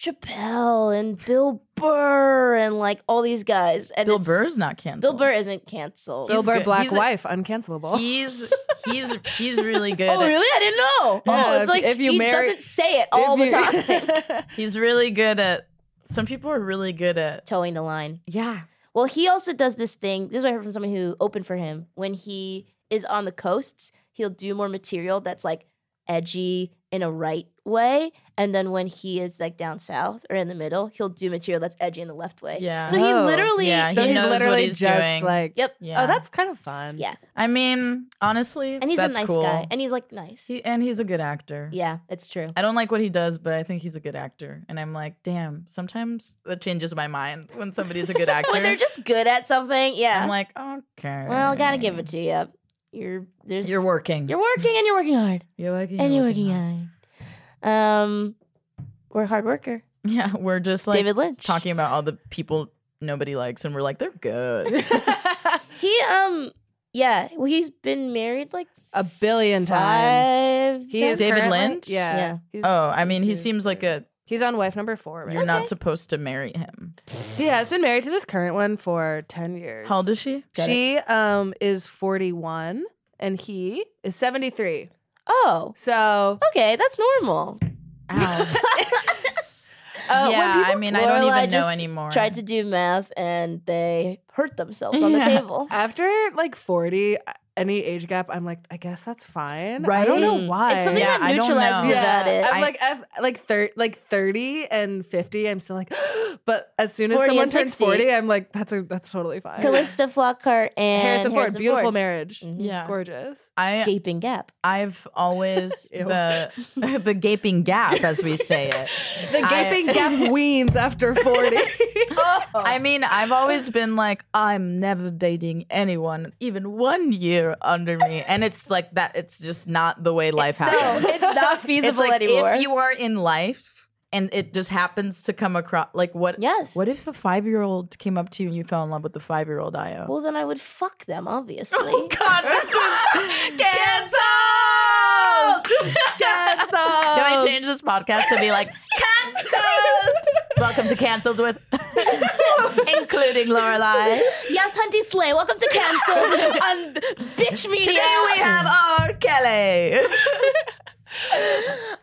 [SPEAKER 5] chappelle and bill burr and like all these guys and
[SPEAKER 4] Bill
[SPEAKER 5] it's-
[SPEAKER 4] Burr's not canceled.
[SPEAKER 5] bill burr isn't canceled
[SPEAKER 3] Bill
[SPEAKER 4] he's
[SPEAKER 3] Burr,
[SPEAKER 4] good.
[SPEAKER 3] Black
[SPEAKER 4] He's a-
[SPEAKER 3] Wife, uncancelable.
[SPEAKER 4] He's he's he's really good.
[SPEAKER 5] oh
[SPEAKER 4] at-
[SPEAKER 5] really i didn't know
[SPEAKER 3] Yeah,
[SPEAKER 5] oh it's
[SPEAKER 3] if-
[SPEAKER 5] like
[SPEAKER 3] if you
[SPEAKER 5] he
[SPEAKER 3] marry-
[SPEAKER 5] doesn't say it all
[SPEAKER 3] If
[SPEAKER 5] the
[SPEAKER 3] you-
[SPEAKER 5] time
[SPEAKER 4] He's really good at. Some people are really good at.
[SPEAKER 5] towing the line
[SPEAKER 4] Yeah.
[SPEAKER 5] Well, he also does this thing. This is what I heard from someone who opened for him. When he is on the coasts, he'll do more material that's like edgy in a right way. And then when he is like down south or in the middle, he'll do material that's edgy in the left way.
[SPEAKER 4] Yeah.
[SPEAKER 5] So he
[SPEAKER 3] Oh.
[SPEAKER 5] literally,
[SPEAKER 4] Yeah,
[SPEAKER 3] so
[SPEAKER 4] he
[SPEAKER 3] he's
[SPEAKER 4] knows what
[SPEAKER 3] literally
[SPEAKER 4] he's
[SPEAKER 3] just
[SPEAKER 4] doing.
[SPEAKER 3] like,
[SPEAKER 5] yep.
[SPEAKER 4] Yeah.
[SPEAKER 3] oh, that's kind of fun.
[SPEAKER 5] Yeah.
[SPEAKER 4] I mean, honestly,
[SPEAKER 5] And he's
[SPEAKER 4] that's
[SPEAKER 5] a nice
[SPEAKER 4] cool.
[SPEAKER 5] guy. And he's like nice.
[SPEAKER 4] he and he's a good actor.
[SPEAKER 5] yeah, it's true.
[SPEAKER 4] I don't like what he does, but I think he's a good actor. And I'm like, damn. Sometimes that changes my mind when somebody's a good actor.
[SPEAKER 5] When they're just good at something, yeah.
[SPEAKER 4] I'm like, okay.
[SPEAKER 5] well, gotta give it to you. You're there's
[SPEAKER 4] You're working.
[SPEAKER 5] You're working and you're working hard.
[SPEAKER 4] You're working.
[SPEAKER 5] and you're
[SPEAKER 4] you're
[SPEAKER 5] working hard. Um, we're a hard worker.
[SPEAKER 4] Yeah, we're just like
[SPEAKER 5] David Lynch.
[SPEAKER 4] talking about all the people nobody likes, and we're like, they're good.
[SPEAKER 5] He um yeah, well, he's been married like
[SPEAKER 3] A billion times.
[SPEAKER 5] five.
[SPEAKER 3] He
[SPEAKER 5] times.
[SPEAKER 3] is
[SPEAKER 4] David
[SPEAKER 3] currently-
[SPEAKER 4] Lynch?
[SPEAKER 3] Yeah.
[SPEAKER 5] Yeah.
[SPEAKER 3] He's-
[SPEAKER 4] oh, I mean, he
[SPEAKER 3] Two,
[SPEAKER 4] seems like a.
[SPEAKER 3] He's on wife number four.
[SPEAKER 4] You're
[SPEAKER 3] Right?
[SPEAKER 4] not supposed to marry him.
[SPEAKER 3] He has been married to this current one for ten years.
[SPEAKER 4] How old is she?
[SPEAKER 3] she? Um, is forty one, and he is seventy three.
[SPEAKER 5] Oh,
[SPEAKER 3] So
[SPEAKER 5] okay, that's normal.
[SPEAKER 4] Ow.
[SPEAKER 5] Uh, when
[SPEAKER 4] yeah, I
[SPEAKER 5] people-
[SPEAKER 4] mean, I don't
[SPEAKER 5] Lorelai
[SPEAKER 4] even know
[SPEAKER 5] just
[SPEAKER 4] anymore.
[SPEAKER 5] Tried to do math and they hurt themselves on the
[SPEAKER 4] Yeah.
[SPEAKER 5] table.
[SPEAKER 3] after like forty, uh, any age gap, I'm like, I guess that's fine. I don't know
[SPEAKER 5] Mm.
[SPEAKER 3] why.
[SPEAKER 5] It's something
[SPEAKER 4] Yeah, I
[SPEAKER 5] that
[SPEAKER 4] don't
[SPEAKER 3] Oh.
[SPEAKER 5] neutralizes
[SPEAKER 4] know.
[SPEAKER 5] about it.
[SPEAKER 3] I'm
[SPEAKER 4] I-
[SPEAKER 3] like F, like thir- like 30 and 50 I'm still like but as soon as
[SPEAKER 5] 40
[SPEAKER 3] someone
[SPEAKER 5] and
[SPEAKER 3] turns
[SPEAKER 5] 60.
[SPEAKER 3] 40 I'm like that's a that's totally fine.
[SPEAKER 5] Callista Flockhart and
[SPEAKER 3] Harrison Ford, beautiful
[SPEAKER 5] Ford.
[SPEAKER 3] marriage.
[SPEAKER 5] Mhm.
[SPEAKER 4] Yeah,
[SPEAKER 3] Gorgeous.
[SPEAKER 4] I
[SPEAKER 5] Gaping gap.
[SPEAKER 4] I've always
[SPEAKER 3] Ew.
[SPEAKER 4] the the gaping gap as we say it.
[SPEAKER 3] The gaping gap weans after 40.
[SPEAKER 5] Oh.
[SPEAKER 4] I mean, I've always been like, I'm never dating anyone even one year under me, and it's like that. It's just not the way life
[SPEAKER 5] No,
[SPEAKER 4] happens.
[SPEAKER 5] it's not feasible
[SPEAKER 4] it's like
[SPEAKER 5] anymore.
[SPEAKER 4] if you are in life and it just happens to come across like what
[SPEAKER 5] Yes.
[SPEAKER 4] what if a five year old came up to you and you fell in love with the five year old IO?
[SPEAKER 5] well, then I would fuck them, obviously.
[SPEAKER 4] God, this is canceled.
[SPEAKER 3] Cancelled.
[SPEAKER 4] Can I change this podcast to be like canceled? Welcome to canceled with, including Lorelai.
[SPEAKER 5] yes, Hunty Slay, welcome to Cancel on Bitch Media.
[SPEAKER 4] Today we have R. Kelly.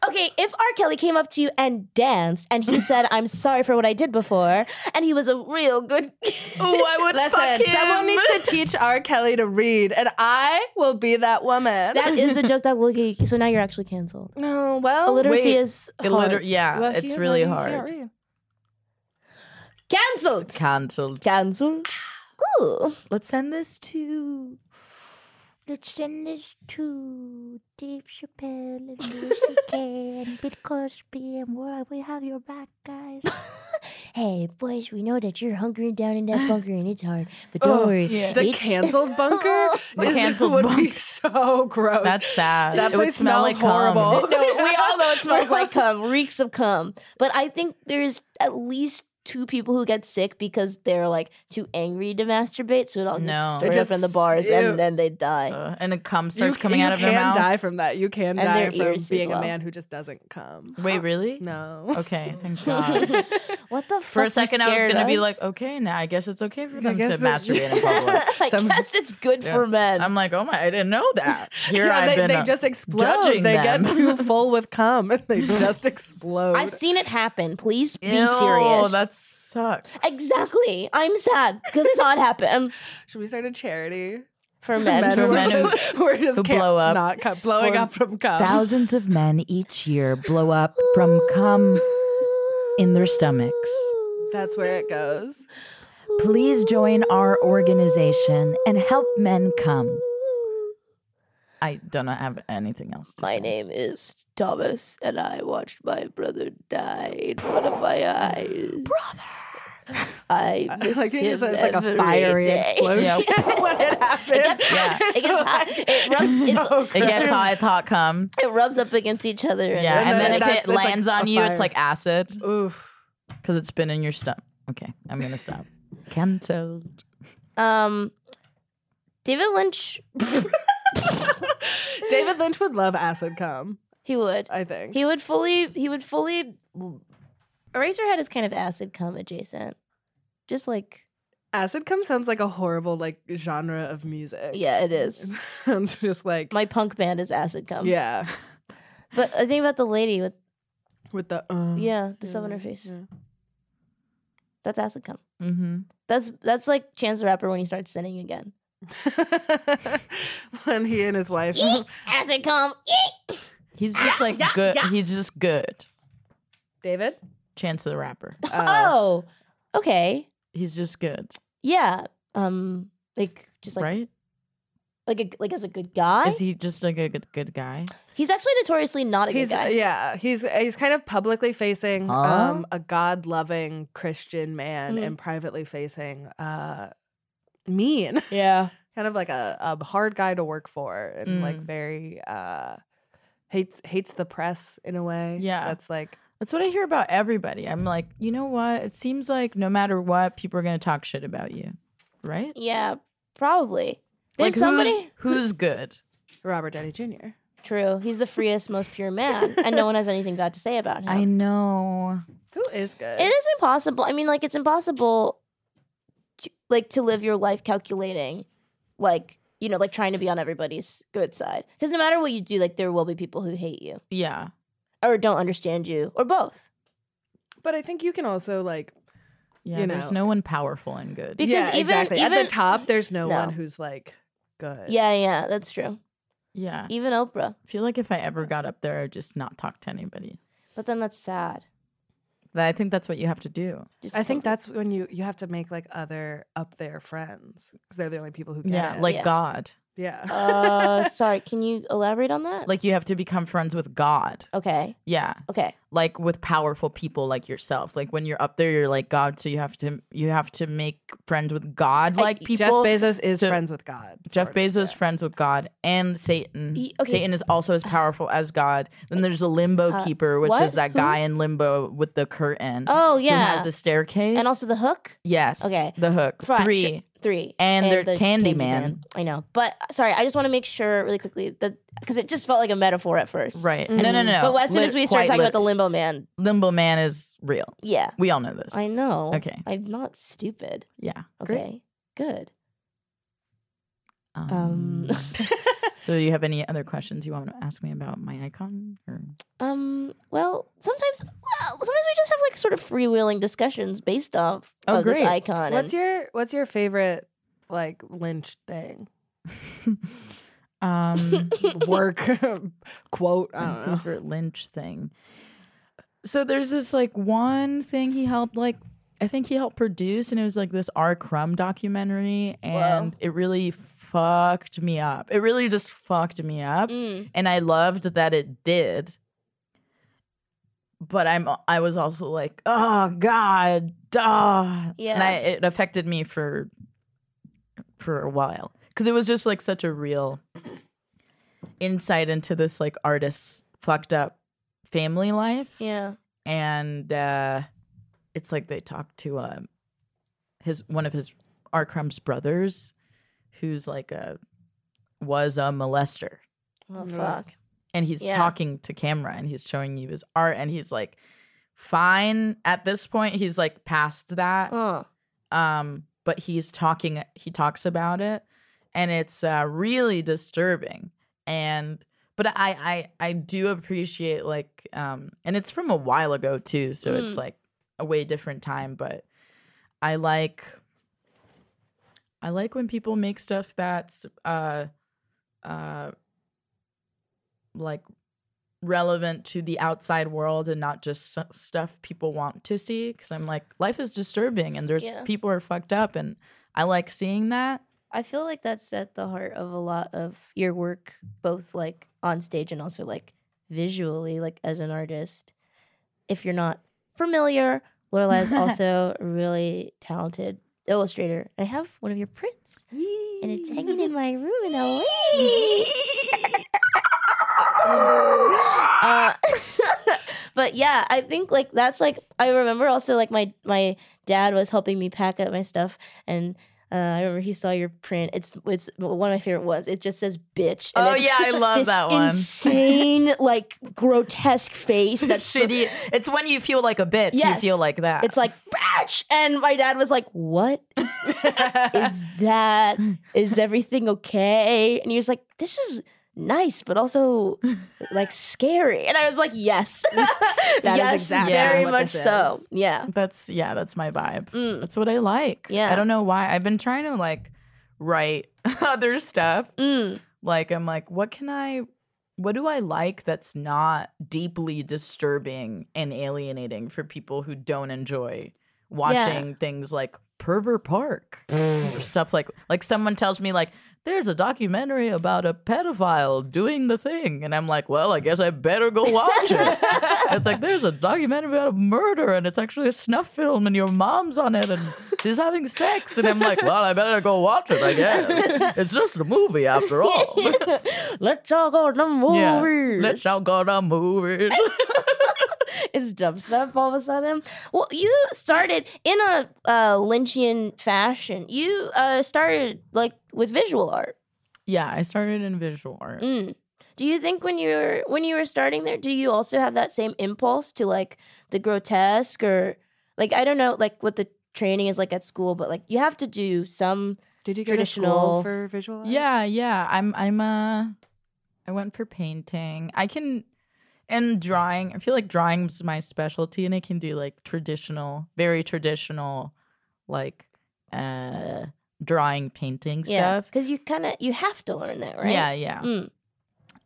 [SPEAKER 5] Okay, if R. Kelly came up to you and danced and he said, I'm sorry for what I did before, and he was a real good
[SPEAKER 4] Ooh, I would fuck
[SPEAKER 3] Listen,
[SPEAKER 4] him.
[SPEAKER 3] someone needs to teach R. Kelly to read, and I will be that woman.
[SPEAKER 5] That is a joke that will get you. So now you're actually canceled.
[SPEAKER 3] no, well,
[SPEAKER 5] Illiteracy
[SPEAKER 3] wait.
[SPEAKER 5] is hard.
[SPEAKER 4] Illiter- yeah,
[SPEAKER 3] Well, he
[SPEAKER 4] it's
[SPEAKER 3] is
[SPEAKER 4] really
[SPEAKER 3] not- he can't
[SPEAKER 4] hard.
[SPEAKER 3] read.
[SPEAKER 5] Canceled.
[SPEAKER 4] Cancelled.
[SPEAKER 5] Canceled. Ooh.
[SPEAKER 4] Let's send this to.
[SPEAKER 6] Let's send this to Dave Chappelle and Lucy K and Bill Cosby, and we'll, we have your back, guys. hey, boys, we know that you're hunkering down in that bunker and it's hard, but don't
[SPEAKER 3] Ugh,
[SPEAKER 6] worry.
[SPEAKER 4] yeah.
[SPEAKER 3] The
[SPEAKER 6] it's-
[SPEAKER 3] canceled bunker
[SPEAKER 4] The
[SPEAKER 3] is,
[SPEAKER 4] canceled
[SPEAKER 3] would be
[SPEAKER 4] bunker.
[SPEAKER 3] so gross.
[SPEAKER 4] That's sad.
[SPEAKER 3] That
[SPEAKER 4] it would
[SPEAKER 3] place
[SPEAKER 4] smell
[SPEAKER 3] smells
[SPEAKER 4] like cum.
[SPEAKER 3] horrible.
[SPEAKER 5] No, we all know it smells like cum, reeks of cum. But I think there's at least two people who get sick because they're like too angry to masturbate, so it all
[SPEAKER 4] No.
[SPEAKER 5] gets
[SPEAKER 4] It
[SPEAKER 5] stirred
[SPEAKER 3] just-
[SPEAKER 5] up in the bars,
[SPEAKER 3] ew.
[SPEAKER 5] and then they die.
[SPEAKER 4] Uh, and a cum
[SPEAKER 3] you,
[SPEAKER 4] starts coming
[SPEAKER 3] you
[SPEAKER 4] out of
[SPEAKER 3] can
[SPEAKER 4] their mouth.
[SPEAKER 3] die from that. You can
[SPEAKER 5] And
[SPEAKER 3] die
[SPEAKER 5] their
[SPEAKER 3] from
[SPEAKER 5] ears as
[SPEAKER 3] being
[SPEAKER 5] well.
[SPEAKER 3] a man who just doesn't come.
[SPEAKER 4] Wait, really?
[SPEAKER 3] No.
[SPEAKER 4] Okay, thank God.
[SPEAKER 5] what the fuck?
[SPEAKER 4] For a second, I was
[SPEAKER 5] going
[SPEAKER 4] gonna
[SPEAKER 5] to
[SPEAKER 4] be like, "Oh, okay, now I guess it's okay for them to
[SPEAKER 3] guess it-
[SPEAKER 4] masturbate in public.
[SPEAKER 5] I
[SPEAKER 3] some-
[SPEAKER 5] guess it's good
[SPEAKER 4] Yeah.
[SPEAKER 5] for men.
[SPEAKER 4] I'm like, oh my, I didn't know that. Here
[SPEAKER 3] yeah,
[SPEAKER 4] I've
[SPEAKER 3] they,
[SPEAKER 4] been.
[SPEAKER 3] they
[SPEAKER 4] uh,
[SPEAKER 3] just explode. They
[SPEAKER 4] judging
[SPEAKER 3] get
[SPEAKER 4] them.
[SPEAKER 3] too full with cum and they just explode.
[SPEAKER 5] I've seen it happen. Please be
[SPEAKER 4] Ew,
[SPEAKER 5] serious.
[SPEAKER 4] That sucks.
[SPEAKER 5] exactly. I'm sad because I saw it happen
[SPEAKER 3] Should we start a charity
[SPEAKER 5] for men.
[SPEAKER 3] men
[SPEAKER 4] For
[SPEAKER 3] who
[SPEAKER 4] men
[SPEAKER 3] are
[SPEAKER 4] who-
[SPEAKER 3] just, who are just
[SPEAKER 4] who
[SPEAKER 3] can't
[SPEAKER 4] blow up.
[SPEAKER 3] not cum, blowing
[SPEAKER 4] For
[SPEAKER 3] up from cum?
[SPEAKER 4] Thousands of men each year blow up from cum in their stomachs.
[SPEAKER 3] That's where it goes.
[SPEAKER 4] Please join our organization and help men come. I do not have anything else to
[SPEAKER 5] My
[SPEAKER 4] say.
[SPEAKER 5] name is Thomas, and I watched my brother die in front of my eyes. Brother, I
[SPEAKER 3] I
[SPEAKER 5] miss
[SPEAKER 3] like it.
[SPEAKER 5] him
[SPEAKER 3] It's like a
[SPEAKER 5] every
[SPEAKER 3] fiery
[SPEAKER 5] day.
[SPEAKER 3] explosion when it
[SPEAKER 5] It
[SPEAKER 3] happens.
[SPEAKER 5] gets hot. It gets hot. It rubs.
[SPEAKER 3] It's so
[SPEAKER 5] It,
[SPEAKER 4] It
[SPEAKER 3] gross.
[SPEAKER 4] gets
[SPEAKER 5] Sort of-
[SPEAKER 4] hot, it's hot cum.
[SPEAKER 5] it rubs up against each other. And
[SPEAKER 4] Yeah,
[SPEAKER 3] And
[SPEAKER 4] and
[SPEAKER 3] then
[SPEAKER 4] then
[SPEAKER 3] that's-
[SPEAKER 4] if
[SPEAKER 3] it's
[SPEAKER 4] it
[SPEAKER 3] like
[SPEAKER 4] lands
[SPEAKER 3] a
[SPEAKER 4] on you,
[SPEAKER 3] fire.
[SPEAKER 4] it's like acid
[SPEAKER 3] Oof.
[SPEAKER 4] because it's been in your stomach. Okay, I'm gonna stop. Cancelled.
[SPEAKER 5] Um, David Lynch,
[SPEAKER 3] David Lynch would love acid cum.
[SPEAKER 5] he would.
[SPEAKER 3] I think.
[SPEAKER 5] He would fully. He would fully. Eraserhead is kind of acid cum adjacent, just like
[SPEAKER 3] acid cum sounds like a horrible like genre of music.
[SPEAKER 5] yeah, it
[SPEAKER 3] It
[SPEAKER 5] is.
[SPEAKER 3] sounds just like
[SPEAKER 5] My punk band is acid cum.
[SPEAKER 3] yeah,
[SPEAKER 5] But I think about the lady with
[SPEAKER 3] with the uh,
[SPEAKER 5] yeah, the stuff on her face.
[SPEAKER 3] yeah.
[SPEAKER 5] That's acid cum.
[SPEAKER 4] Mm-hmm.
[SPEAKER 5] That's that's like Chance the Rapper when he starts sinning again.
[SPEAKER 3] when he and his wife.
[SPEAKER 5] Acid cum.
[SPEAKER 4] He's just like good. He's just good.
[SPEAKER 3] David.
[SPEAKER 4] Chance the rapper.
[SPEAKER 3] Uh.
[SPEAKER 5] Oh, okay.
[SPEAKER 4] He's just good,
[SPEAKER 5] Yeah. Um, like just like
[SPEAKER 4] right?
[SPEAKER 5] like a, like as a good guy.
[SPEAKER 4] Is he just like a good good guy?
[SPEAKER 5] he's actually notoriously not a
[SPEAKER 3] He's uh,
[SPEAKER 5] good guy.
[SPEAKER 3] yeah, he's he's kind of publicly facing
[SPEAKER 4] Huh?
[SPEAKER 3] um, a god-loving Christian man
[SPEAKER 5] Mm.
[SPEAKER 3] and privately facing uh mean,
[SPEAKER 5] yeah.
[SPEAKER 3] kind of like a, a hard guy to work for and like
[SPEAKER 4] Mm.
[SPEAKER 3] very uh hates hates the press in a way.
[SPEAKER 4] Yeah.
[SPEAKER 3] That's like
[SPEAKER 4] That's what I hear about everybody. I'm like, you know what? It seems like no matter what, people are gonna talk shit about you, right?
[SPEAKER 5] Yeah. Probably. There's
[SPEAKER 4] like
[SPEAKER 5] somebody.
[SPEAKER 4] who's, who's good?
[SPEAKER 3] Robert Downey Jr.
[SPEAKER 5] True. He's the freest, most pure man, and no one has anything bad to say about him.
[SPEAKER 4] I know.
[SPEAKER 3] Who is good?
[SPEAKER 5] It is impossible. I mean, like it's impossible to like to live your life calculating, like you know, like trying to be on everybody's good side. Because no matter what you do, like there will be people who hate you
[SPEAKER 4] Yeah.
[SPEAKER 5] or don't understand you or both.
[SPEAKER 3] But I think you can also like
[SPEAKER 4] Yeah.
[SPEAKER 3] You
[SPEAKER 4] There's
[SPEAKER 3] know.
[SPEAKER 4] no one powerful and good.
[SPEAKER 5] Because
[SPEAKER 3] yeah,
[SPEAKER 5] even-
[SPEAKER 3] exactly. at
[SPEAKER 5] even-
[SPEAKER 3] the top there's no,
[SPEAKER 5] No.
[SPEAKER 3] one who's like good.
[SPEAKER 5] Yeah, yeah, that's true.
[SPEAKER 4] yeah.
[SPEAKER 5] Even Oprah.
[SPEAKER 4] I feel like if I ever got up there, I'd just not talk to anybody.
[SPEAKER 5] But then that's sad.
[SPEAKER 4] But I think that's what you have to do.
[SPEAKER 5] Just
[SPEAKER 3] I think that's when you you have to make like other up there friends because they're the only people who get
[SPEAKER 4] Yeah.
[SPEAKER 3] it.
[SPEAKER 4] Like
[SPEAKER 5] Yeah.
[SPEAKER 4] God.
[SPEAKER 3] yeah.
[SPEAKER 5] uh, sorry. Can you elaborate on that?
[SPEAKER 4] Like you have to become friends with God.
[SPEAKER 5] okay,
[SPEAKER 4] Yeah.
[SPEAKER 5] okay,
[SPEAKER 4] Like with powerful people like yourself. Like when you're up there, you're like God. So you have to you have to make friends with God like
[SPEAKER 3] Jeff
[SPEAKER 4] people.
[SPEAKER 3] Bezos is
[SPEAKER 4] so-
[SPEAKER 3] friends with God.
[SPEAKER 4] Jeff
[SPEAKER 3] sort of.
[SPEAKER 4] Bezos friends with God and Satan.
[SPEAKER 5] Ye- E, okay,
[SPEAKER 4] Satan is also as powerful as God. Then there's a limbo
[SPEAKER 5] uh,
[SPEAKER 4] keeper, which
[SPEAKER 5] what?
[SPEAKER 4] is that
[SPEAKER 5] Who?
[SPEAKER 4] guy in limbo with the curtain.
[SPEAKER 5] Oh,
[SPEAKER 4] who
[SPEAKER 5] yeah.
[SPEAKER 4] has a staircase
[SPEAKER 5] and also the hook.
[SPEAKER 4] yes.
[SPEAKER 5] Okay.
[SPEAKER 4] the hook
[SPEAKER 5] Fraction-
[SPEAKER 4] three.
[SPEAKER 5] three,
[SPEAKER 4] And their
[SPEAKER 5] the
[SPEAKER 4] Candyman.
[SPEAKER 5] Candyman. I know, but uh, sorry, I just want to make sure really quickly that because it just felt like a metaphor at first,
[SPEAKER 4] Right. No, no, no, no.
[SPEAKER 5] Mm-hmm. But as soon
[SPEAKER 4] Lit-
[SPEAKER 5] as we start
[SPEAKER 4] quite
[SPEAKER 5] talking
[SPEAKER 4] lit-
[SPEAKER 5] about the limbo man,
[SPEAKER 4] limbo man is real.
[SPEAKER 5] yeah,
[SPEAKER 4] We all know this.
[SPEAKER 5] I know.
[SPEAKER 4] Okay.
[SPEAKER 5] I'm not stupid.
[SPEAKER 4] Yeah.
[SPEAKER 5] Okay, good.
[SPEAKER 4] Um,
[SPEAKER 5] Um,
[SPEAKER 4] so, do you have any other questions you want to ask me about my icon? Or
[SPEAKER 5] um, well, sometimes, well, sometimes we just have like sort of freewheeling discussions based off
[SPEAKER 4] Oh,
[SPEAKER 5] of this
[SPEAKER 4] great.
[SPEAKER 5] icon.
[SPEAKER 3] What's
[SPEAKER 5] and-
[SPEAKER 3] your what's your favorite like Lynch thing?
[SPEAKER 4] um,
[SPEAKER 3] Work quote. I don't
[SPEAKER 5] Oh,
[SPEAKER 3] know.
[SPEAKER 4] favorite Lynch thing. So there's this like one thing he helped like I think he helped produce and it was like this R Crumb documentary and it really fucked me up. It really just fucked me up
[SPEAKER 5] Mm,
[SPEAKER 4] and I loved that it did. but I'm I was also like, oh god, duh.
[SPEAKER 5] Yeah.
[SPEAKER 4] And I, it affected me for for a while because it was just like such a real insight into this like artist's fucked up family life.
[SPEAKER 5] Yeah.
[SPEAKER 4] And uh, it's like they talked to um his one of his R. Crumb's brothers, who's like a was a molester
[SPEAKER 5] Oh
[SPEAKER 4] Mm.
[SPEAKER 3] Right.
[SPEAKER 5] fuck.
[SPEAKER 4] and he's
[SPEAKER 5] Yeah.
[SPEAKER 4] talking to camera and he's showing you his art and he's like fine at this point he's like past that
[SPEAKER 5] Oh.
[SPEAKER 4] um but he's talking he talks about it and it's uh really disturbing and but i i i do appreciate like um and it's from a while ago too so it's
[SPEAKER 5] Mm.
[SPEAKER 4] like a way different time but i like i like when people make stuff that's uh uh like relevant to the outside world and not just s- stuff people want to see because i'm like life is disturbing and there's
[SPEAKER 5] Yeah.
[SPEAKER 4] people are fucked up and i like seeing that
[SPEAKER 5] I feel like that's at the heart of a lot of your work, both like on stage and also like visually, like as an artist. If you're not familiar, Lorelai is also a really talented illustrator. I have one of your prints, and it's hanging in my room in LA. Uh,
[SPEAKER 4] Ah.
[SPEAKER 5] but yeah, I think like that's like I remember also like my my dad was helping me pack up my stuff and uh, I remember he saw your print. It's it's one of my favorite ones. It just says "bitch." and
[SPEAKER 4] Oh,
[SPEAKER 5] it's
[SPEAKER 4] yeah, I love
[SPEAKER 5] this
[SPEAKER 4] that one.
[SPEAKER 5] Insane, like grotesque face. That's so-
[SPEAKER 4] shitty it's when you feel like a bitch
[SPEAKER 5] Yes.
[SPEAKER 4] you feel like that
[SPEAKER 5] It's like "bitch," and my dad was like, "What is that? Is everything okay?" And he was like, "This is." Nice, but also like scary. And I was like, yes.
[SPEAKER 3] That is
[SPEAKER 5] yes,
[SPEAKER 3] exactly
[SPEAKER 5] very
[SPEAKER 3] what
[SPEAKER 5] much
[SPEAKER 3] this
[SPEAKER 5] so.
[SPEAKER 3] is.
[SPEAKER 5] Yeah.
[SPEAKER 4] that's yeah that's my vibe
[SPEAKER 5] Mm.
[SPEAKER 4] that's what i like
[SPEAKER 5] Yeah.
[SPEAKER 4] i don't know why i've been trying to like write other stuff
[SPEAKER 5] Mm.
[SPEAKER 4] like i'm like what can i what do i like that's not deeply disturbing and alienating for people who don't enjoy watching things like pervert park or stuff like like someone tells me like there's a documentary about a pedophile doing the thing and i'm like well i guess i better go watch it it's like there's a documentary about a murder and it's actually a snuff film and your mom's on it and she's having sex and i'm like well i better go watch it i guess it's just a movie after all
[SPEAKER 5] Let's all go to the
[SPEAKER 4] yeah.
[SPEAKER 5] movies.
[SPEAKER 4] Let's all go to movies.
[SPEAKER 5] It's dubstep all of a sudden. Well, you started in a uh, Lynchian fashion. You uh, started like with visual art.
[SPEAKER 4] yeah, I started in visual art.
[SPEAKER 5] Mm. Do you think when you were when you were starting there, do you also have that same impulse to like the grotesque or like I don't know like what the training is like at school, but like you have to do some.
[SPEAKER 3] Did you go to
[SPEAKER 5] Traditional-
[SPEAKER 3] school for visual art?
[SPEAKER 4] Yeah, yeah. I'm I'm uh I went for painting. I can and drawing. I feel like drawing's my specialty and I can do like traditional, very traditional like uh drawing painting
[SPEAKER 5] Yeah,
[SPEAKER 4] stuff.
[SPEAKER 5] because you kind of you have to learn that, right?
[SPEAKER 4] Yeah, yeah.
[SPEAKER 5] Mm.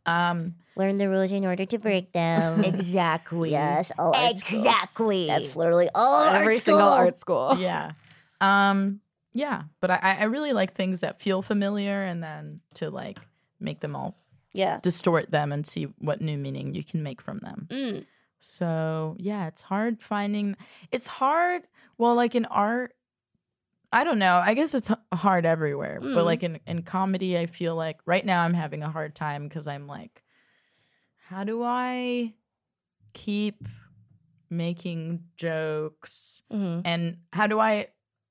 [SPEAKER 4] Um
[SPEAKER 6] Learn the rules in order to break them. exactly.
[SPEAKER 5] Yes. All art school.
[SPEAKER 6] Exactly.
[SPEAKER 5] That's literally all art
[SPEAKER 3] Every
[SPEAKER 5] school.
[SPEAKER 3] single art
[SPEAKER 5] Oh.
[SPEAKER 3] school.
[SPEAKER 4] yeah. Um yeah, but I I I really like things that feel familiar and then to like make them all
[SPEAKER 5] Yeah.
[SPEAKER 4] distort them and see what new meaning you can make from them.
[SPEAKER 5] Mm.
[SPEAKER 4] So, yeah, it's hard finding it's hard well like in art I don't know. I guess it's h- hard everywhere, but
[SPEAKER 5] Mm.
[SPEAKER 4] like in in comedy I feel like right now I'm having a hard time cuz I'm like how do I keep making jokes
[SPEAKER 5] hmm
[SPEAKER 4] and how do i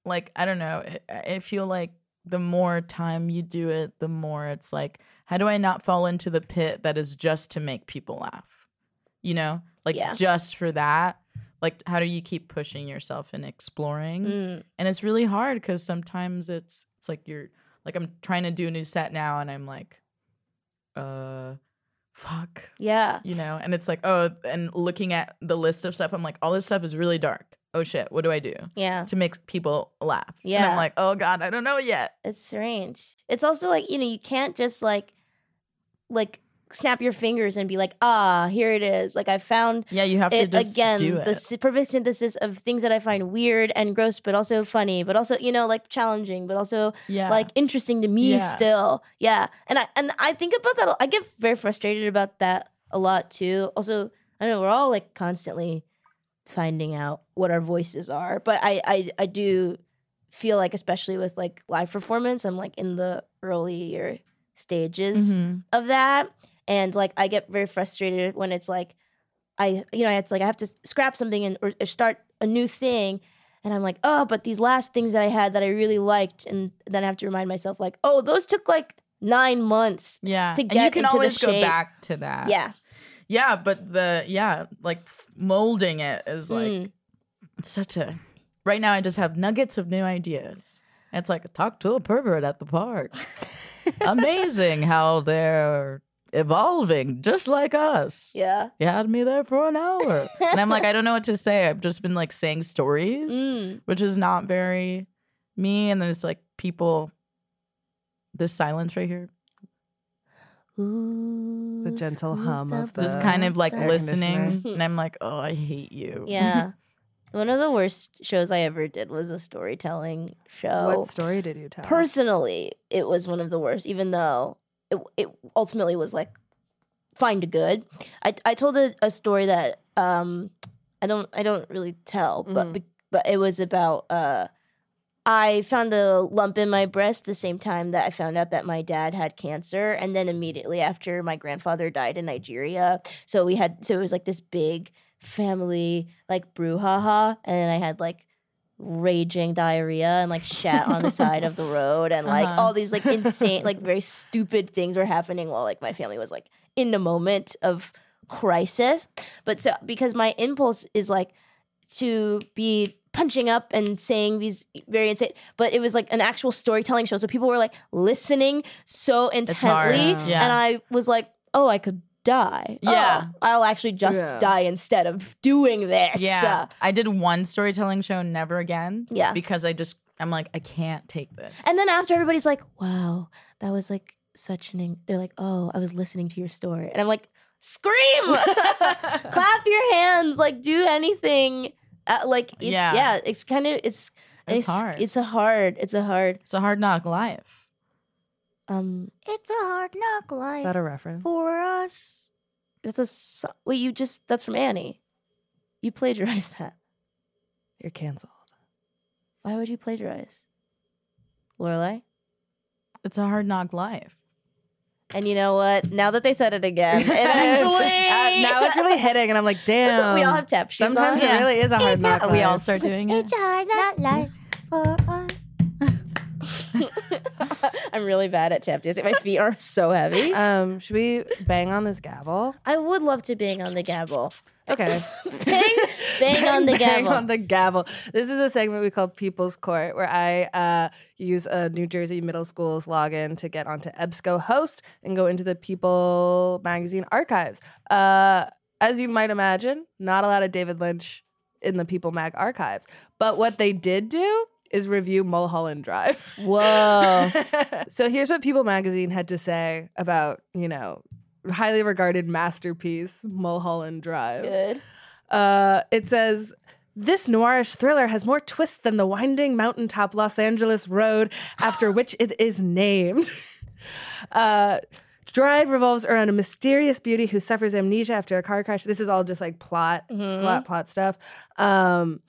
[SPEAKER 4] like i don't know I, I feel like the more time you do it the more it's like how do i not fall into the pit that is just to make people laugh you know like
[SPEAKER 5] Yeah.
[SPEAKER 4] just for that like how do you keep pushing yourself and exploring
[SPEAKER 5] Mm.
[SPEAKER 4] and it's really hard because sometimes it's it's like you're like i'm trying to do a new set now and i'm like uh fuck
[SPEAKER 5] Yeah.
[SPEAKER 4] you know and it's like oh and looking at the list of stuff i'm like all this stuff is really dark oh shit what do i do
[SPEAKER 5] Yeah,
[SPEAKER 4] to make people laugh. And
[SPEAKER 5] Yeah.
[SPEAKER 4] I'm like, oh God, I don't know yet.
[SPEAKER 5] it's strange. It's also like, you know, you can't just like like snap your fingers and be like, "Ah, here it is." Like I found
[SPEAKER 4] Yeah, you have to
[SPEAKER 5] it
[SPEAKER 4] just
[SPEAKER 5] again,
[SPEAKER 4] do it.
[SPEAKER 5] the s- perfect synthesis of things that I find weird and gross but also funny, but also, you know, like challenging, but also
[SPEAKER 4] yeah.
[SPEAKER 5] like interesting to me
[SPEAKER 4] Yeah.
[SPEAKER 5] still. Yeah. And I and I think about that a- I get very frustrated about that a lot too. Also, I know we're all like constantly finding out what our voices are. But I, I, I do feel like, especially with like live performance, I'm like in the earlier stages
[SPEAKER 4] Mhm.
[SPEAKER 5] of that. And like I get very frustrated when it's like I you know, it's like I have to s- scrap something and or, or start a new thing. And I'm like, oh, but these last things that I had that I really liked, and then I have to remind myself, like, oh, those took like nine months.
[SPEAKER 4] Yeah.
[SPEAKER 5] To
[SPEAKER 4] and you
[SPEAKER 5] get
[SPEAKER 4] can
[SPEAKER 5] into the
[SPEAKER 4] always go
[SPEAKER 5] shape.
[SPEAKER 4] back to that.
[SPEAKER 5] Yeah.
[SPEAKER 4] Yeah, but the yeah, like f- molding it is like
[SPEAKER 5] Mm.
[SPEAKER 4] such a right now I just have nuggets of new ideas. It's like talk to a pervert at the park. Amazing how they're evolving just like us.
[SPEAKER 5] Yeah.
[SPEAKER 4] You had me there for an hour. and I'm like, I don't know what to say. I've just been like saying stories,
[SPEAKER 5] Mm.
[SPEAKER 4] which is not very me. And then it's like people this silence right here.
[SPEAKER 5] Ooh,
[SPEAKER 3] The gentle
[SPEAKER 5] sweet
[SPEAKER 3] hum of
[SPEAKER 5] the
[SPEAKER 4] Just kind of like
[SPEAKER 3] air
[SPEAKER 4] listening.
[SPEAKER 5] conditioner.
[SPEAKER 4] And I'm like, oh, I hate you.
[SPEAKER 5] Yeah. One of the worst shows I ever did was a storytelling show.
[SPEAKER 3] What story did you tell?
[SPEAKER 5] Personally, it was one of the worst, even though it, it ultimately was like find a good. I, I told a, a story that um I don't I don't really tell, but
[SPEAKER 3] Mhm.
[SPEAKER 5] be- but it was about uh I found a lump in my breast the same time that I found out that my dad had cancer, and then immediately after my grandfather died in Nigeria. So we had so it was like this big family like brouhaha, and then I had like raging diarrhea and like shat on the side of the road and like
[SPEAKER 4] Uh-huh.
[SPEAKER 5] all these like insane like very stupid things were happening while like my family was like in the moment of crisis but so because my impulse is like to be punching up and saying these very insane but it was like an actual storytelling show so people were like listening so
[SPEAKER 4] hard.
[SPEAKER 5] intently
[SPEAKER 4] Yeah.
[SPEAKER 5] and i was like oh i could die Oh,
[SPEAKER 4] Yeah.
[SPEAKER 5] i'll actually just
[SPEAKER 3] Yeah.
[SPEAKER 5] die instead of doing this
[SPEAKER 4] Yeah.
[SPEAKER 5] Uh,
[SPEAKER 4] I did one storytelling show, never again.
[SPEAKER 5] Yeah.
[SPEAKER 4] Because I just, I'm like, I can't take this.
[SPEAKER 5] And then after everybody's like, wow, that was like such an, in-. they're like, oh, I was listening to your story. And I'm like, scream, clap your hands, like do anything. Uh, like, it's, yeah.
[SPEAKER 4] Yeah.
[SPEAKER 5] it's kind of, it's,
[SPEAKER 4] It's hard.
[SPEAKER 5] It's a hard, it's a hard,
[SPEAKER 4] it's a hard knock life.
[SPEAKER 5] um,
[SPEAKER 6] It's a hard knock
[SPEAKER 3] Is
[SPEAKER 6] life
[SPEAKER 3] that a reference?
[SPEAKER 6] for us.
[SPEAKER 5] that's a, so- wait, you just, that's from Annie. You plagiarized that.
[SPEAKER 3] You're canceled.
[SPEAKER 5] Why would you plagiarize? Lorelai?
[SPEAKER 4] It's a hard knock life.
[SPEAKER 5] And you know what? Now that they said it again, it
[SPEAKER 3] Uh,
[SPEAKER 5] actually,
[SPEAKER 3] now it's really hitting, and I'm like, damn.
[SPEAKER 5] we all have tap shoes
[SPEAKER 3] Sometimes
[SPEAKER 5] on.
[SPEAKER 3] it really is a hard
[SPEAKER 6] It's
[SPEAKER 3] knock.
[SPEAKER 6] a-
[SPEAKER 4] We
[SPEAKER 3] life.
[SPEAKER 4] all start doing it.
[SPEAKER 6] It's a hard knock life for us.
[SPEAKER 5] I'm really bad at tap dancing. My feet are so heavy.
[SPEAKER 3] Um, should we bang on this gavel?
[SPEAKER 5] I would love to bang on the gavel.
[SPEAKER 3] Okay.
[SPEAKER 5] Bang, bang on the
[SPEAKER 3] Bang
[SPEAKER 5] gavel.
[SPEAKER 3] on the gavel. This is a segment we call People's Court, where I uh, use a New Jersey middle school's login to get onto EBSCO Host and go into the People magazine archives. Uh, as you might imagine, not a lot of David Lynch in the People Mag archives. But what they did do is review Mulholland Drive.
[SPEAKER 5] Whoa.
[SPEAKER 3] so here's what People magazine had to say about, you know, highly regarded masterpiece Mulholland Drive.
[SPEAKER 5] Good.
[SPEAKER 3] Uh, it says this noirish thriller has more twists than the winding mountaintop Los Angeles road after which it is named. Uh, Drive revolves around a mysterious beauty who suffers amnesia after a car crash. This is all just like plot, plot, plot stuff. Um,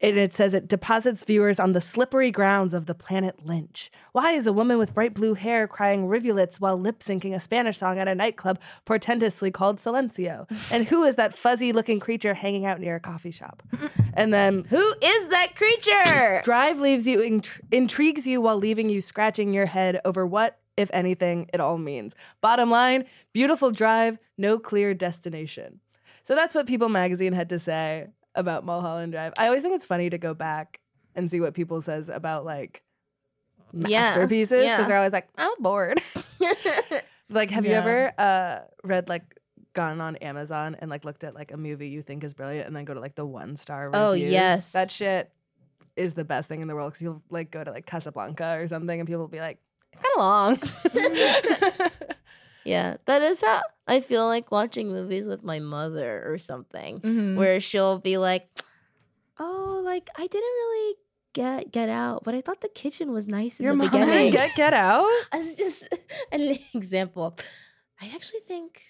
[SPEAKER 3] and it says it deposits viewers on the slippery grounds of the planet Lynch. Why is a woman with bright blue hair crying rivulets while lip syncing a Spanish song at a nightclub portentously called Silencio? And who is that fuzzy looking creature hanging out near a coffee shop? And then
[SPEAKER 5] Who is that creature?
[SPEAKER 3] Drive leaves you intr intrigues you while leaving you scratching your head over what, if anything, it all means. Bottom line: beautiful drive, no clear destination. So that's what People Magazine had to say about Mulholland Drive. I always think it's funny to go back and see what people says about like
[SPEAKER 5] Yeah,
[SPEAKER 3] masterpieces because
[SPEAKER 5] yeah.
[SPEAKER 3] they're always like, "I'm bored." like, have you
[SPEAKER 4] Yeah.
[SPEAKER 3] ever uh, read like? Gone on Amazon and like looked at like a movie you think is brilliant and then go to like the one star reviews.
[SPEAKER 5] Oh, yes.
[SPEAKER 3] That shit is the best thing in the world because you'll like go to like Casablanca or something and people will be like, it's kind of long.
[SPEAKER 5] yeah, that is how I feel like watching movies with my mother or something,
[SPEAKER 3] Mm-hmm.
[SPEAKER 4] Mhm.
[SPEAKER 5] where she'll be like, "Oh, like I didn't really get get out, but I thought the kitchen was nice in
[SPEAKER 3] Your
[SPEAKER 5] the
[SPEAKER 3] mom
[SPEAKER 5] beginning."
[SPEAKER 3] didn't get Get Out?
[SPEAKER 5] as just an example. I actually think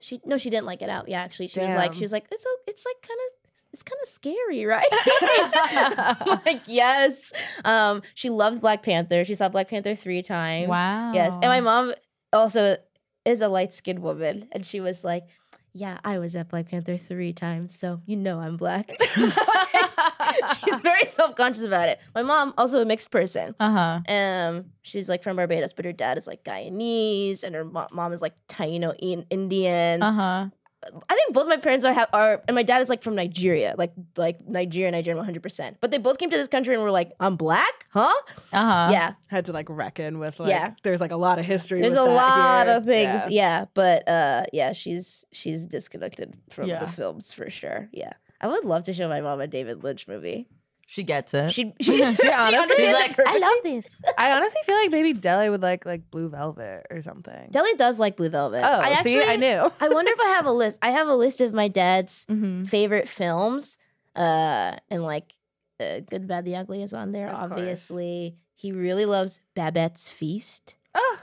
[SPEAKER 5] She no, she didn't like it out. Yeah, actually, she was like, she
[SPEAKER 3] Damn.
[SPEAKER 5] was like, it's o- it's like kind of it's kind of scary, right? I'm like yes. Um, she loves Black Panther. She saw Black Panther three times.
[SPEAKER 4] Wow.
[SPEAKER 5] Yes, and my mom also is a light skinned woman, and she was like. Yeah, I was at Black Panther three times, so you know I'm black. She's very self conscious about it. My mom, also a mixed person,
[SPEAKER 4] Uh huh.
[SPEAKER 5] um, she's like from Barbados, but her dad is like Guyanese, and her mo- mom is like Taino in- Indian.
[SPEAKER 4] Uh huh.
[SPEAKER 5] I think both my parents are have are, and my dad is like from Nigeria, like like Nigeria, Nigerian, one hundred percent. But they both came to this country and were like, "I'm black, huh?"
[SPEAKER 4] Uh huh.
[SPEAKER 5] yeah,
[SPEAKER 3] Had to like reckon with like
[SPEAKER 5] Yeah.
[SPEAKER 3] there's like a lot of history.
[SPEAKER 5] there's
[SPEAKER 3] with
[SPEAKER 5] a
[SPEAKER 3] that
[SPEAKER 5] lot
[SPEAKER 3] here.
[SPEAKER 5] of things, yeah.
[SPEAKER 3] Yeah.
[SPEAKER 5] But uh, yeah, she's she's disconnected from
[SPEAKER 4] Yeah.
[SPEAKER 5] the films for sure. Yeah, I would love to show my mom a David Lynch movie.
[SPEAKER 4] She gets it.
[SPEAKER 5] She she, she
[SPEAKER 3] honestly
[SPEAKER 5] understands
[SPEAKER 3] is
[SPEAKER 5] it
[SPEAKER 3] like,
[SPEAKER 5] perfectly.
[SPEAKER 6] I love this.
[SPEAKER 3] I honestly feel like maybe Deli would like like Blue Velvet or something.
[SPEAKER 5] Deli does like Blue Velvet.
[SPEAKER 3] oh,
[SPEAKER 5] I
[SPEAKER 3] see, I
[SPEAKER 5] actually-
[SPEAKER 3] knew.
[SPEAKER 5] I wonder if I have a list. I have a list of my dad's
[SPEAKER 4] hmm
[SPEAKER 5] favorite films, uh, and like uh, Good, Bad, the Ugly is on there.
[SPEAKER 3] Of course.
[SPEAKER 5] obviously, he really loves Babette's Feast.
[SPEAKER 3] Oh,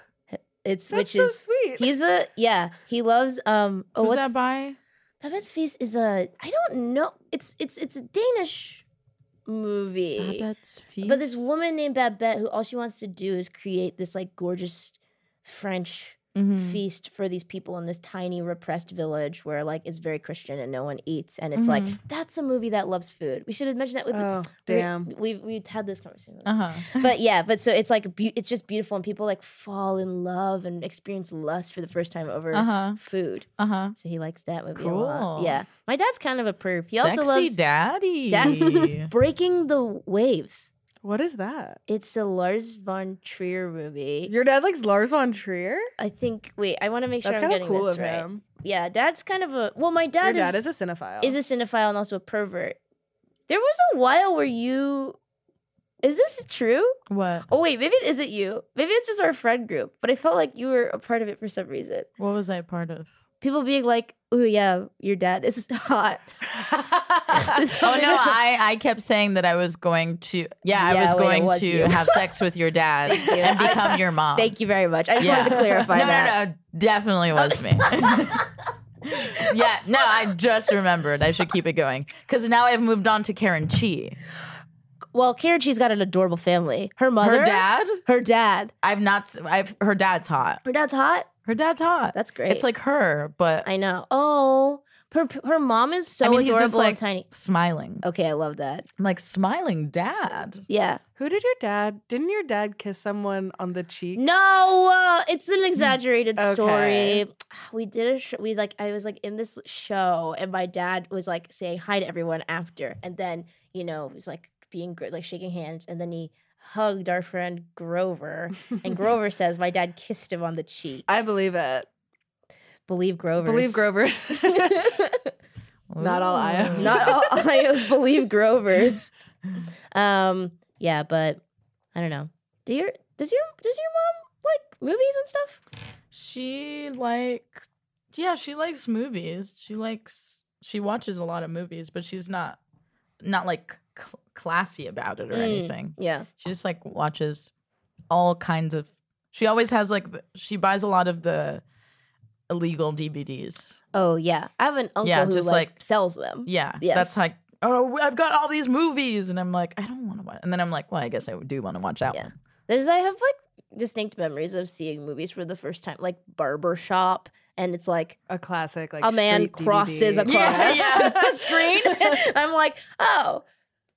[SPEAKER 5] It's
[SPEAKER 3] that's
[SPEAKER 5] which
[SPEAKER 3] so
[SPEAKER 5] is
[SPEAKER 3] sweet.
[SPEAKER 5] he's a yeah he loves um oh
[SPEAKER 4] Was
[SPEAKER 5] what's
[SPEAKER 4] that by?
[SPEAKER 5] Babette's Feast is a I don't know it's it's it's a Danish movie.
[SPEAKER 4] Babette's Feast.
[SPEAKER 5] But this woman named Babette, who all she wants to do is create this like gorgeous French
[SPEAKER 3] Hmm.
[SPEAKER 4] Mhm.
[SPEAKER 5] feast for these people in this tiny repressed village where like it's very Christian and no one eats, and it's like that's a movie that loves food. We should have mentioned that with
[SPEAKER 3] Mm-hmm. oh,
[SPEAKER 5] the,
[SPEAKER 3] damn.
[SPEAKER 5] We we we'd had this conversation,
[SPEAKER 4] Uh huh.
[SPEAKER 5] but yeah, but so it's like beau it's just beautiful, and people like fall in love and experience lust for the first time over
[SPEAKER 3] Uh-huh.
[SPEAKER 4] Uh huh.
[SPEAKER 5] food.
[SPEAKER 4] Uh huh.
[SPEAKER 5] So he likes that movie a lot.
[SPEAKER 4] Cool.
[SPEAKER 5] Yeah, my dad's kind of a perp. He
[SPEAKER 4] Sexy
[SPEAKER 5] also loves
[SPEAKER 4] daddy.
[SPEAKER 5] Da- breaking the waves.
[SPEAKER 3] What is that?
[SPEAKER 5] It's a Lars von Trier movie.
[SPEAKER 3] Your dad likes Lars von Trier?
[SPEAKER 5] I think. Wait, I want to make sure
[SPEAKER 3] That's
[SPEAKER 5] I'm
[SPEAKER 3] kind of
[SPEAKER 5] getting
[SPEAKER 3] cool
[SPEAKER 5] this
[SPEAKER 3] of
[SPEAKER 5] right.
[SPEAKER 3] him.
[SPEAKER 5] Yeah, dad's kind of a well. My dad,
[SPEAKER 3] Your dad
[SPEAKER 5] is,
[SPEAKER 3] is a cinephile.
[SPEAKER 5] is a cinephile and also a pervert. There was a while where you. Is this true?
[SPEAKER 4] What?
[SPEAKER 5] Oh wait, maybe it isn't you. Maybe it's just our friend group. But I felt like you were a part of it for some reason.
[SPEAKER 4] What was I part of?
[SPEAKER 5] People being like, "Oh yeah, your dad is hot." This-
[SPEAKER 4] oh no, I I kept saying that I was going to yeah,
[SPEAKER 5] Yeah,
[SPEAKER 4] I was
[SPEAKER 5] wait, it
[SPEAKER 4] going
[SPEAKER 5] was
[SPEAKER 4] to
[SPEAKER 5] you.
[SPEAKER 4] have sex with your dad
[SPEAKER 5] Thank you.
[SPEAKER 4] and become your mom.
[SPEAKER 5] Thank you very much. I just wanted to
[SPEAKER 4] Yeah.
[SPEAKER 5] clarify
[SPEAKER 4] no,
[SPEAKER 5] that.
[SPEAKER 4] No, no, definitely was me. yeah, no, I just remembered. I should keep it going because now I've moved on to Karen Chi.
[SPEAKER 5] Well, Karen, she's got an adorable family. Her mother,
[SPEAKER 4] Her dad,
[SPEAKER 5] her dad,
[SPEAKER 4] I've not. s- I've her dad's hot.
[SPEAKER 5] her dad's hot.
[SPEAKER 4] Her dad's hot.
[SPEAKER 5] That's great.
[SPEAKER 4] It's like her, but
[SPEAKER 5] I know. Oh, her her mom is so
[SPEAKER 4] I mean, he's
[SPEAKER 5] adorable
[SPEAKER 4] just
[SPEAKER 5] and
[SPEAKER 4] like-
[SPEAKER 5] tiny.
[SPEAKER 4] smiling.
[SPEAKER 5] Okay, I love that.
[SPEAKER 4] I'm like smiling dad.
[SPEAKER 5] Yeah.
[SPEAKER 3] Who did your dad? Didn't your dad kiss someone on the cheek?
[SPEAKER 5] No, uh, it's an exaggerated
[SPEAKER 3] Okay.
[SPEAKER 5] story. We did a sh- we like I was like in this show and my dad was like saying hi to everyone after and then you know he was like being gr- like shaking hands and then he hugged our friend Grover and Grover says my dad kissed him on the cheek.
[SPEAKER 3] I believe it.
[SPEAKER 5] believe Grover.
[SPEAKER 3] Believe Grover's. Not all I am.
[SPEAKER 4] Ooh.
[SPEAKER 5] Not all IOs believe Grovers. Um, yeah, but I don't know. Do your does your does your mom like movies and stuff?
[SPEAKER 4] She like yeah, she likes movies. She likes she watches a lot of movies, but she's not not like cl- classy about it or
[SPEAKER 5] Mm.
[SPEAKER 4] anything.
[SPEAKER 5] Yeah.
[SPEAKER 4] She just like watches all kinds of she always has like the, she buys a lot of the illegal DVDs.
[SPEAKER 5] Oh yeah, I have an uncle
[SPEAKER 4] Yeah,
[SPEAKER 5] who
[SPEAKER 4] just,
[SPEAKER 5] like,
[SPEAKER 4] like-
[SPEAKER 5] sells them.
[SPEAKER 4] Yeah.
[SPEAKER 5] Yes.
[SPEAKER 4] That's like oh, I've got all these movies and I'm like I don't want to watch. And then I'm like, well, I guess I do want to watch that
[SPEAKER 5] Yeah.
[SPEAKER 4] one.
[SPEAKER 5] There's I have like distinct memories of seeing movies for the first time, like Barber Shop, and it's like
[SPEAKER 3] a classic like
[SPEAKER 5] a man
[SPEAKER 3] straight
[SPEAKER 5] crosses
[SPEAKER 3] DVD.
[SPEAKER 5] across
[SPEAKER 4] Yeah, yeah.
[SPEAKER 5] the screen. And I'm like, oh.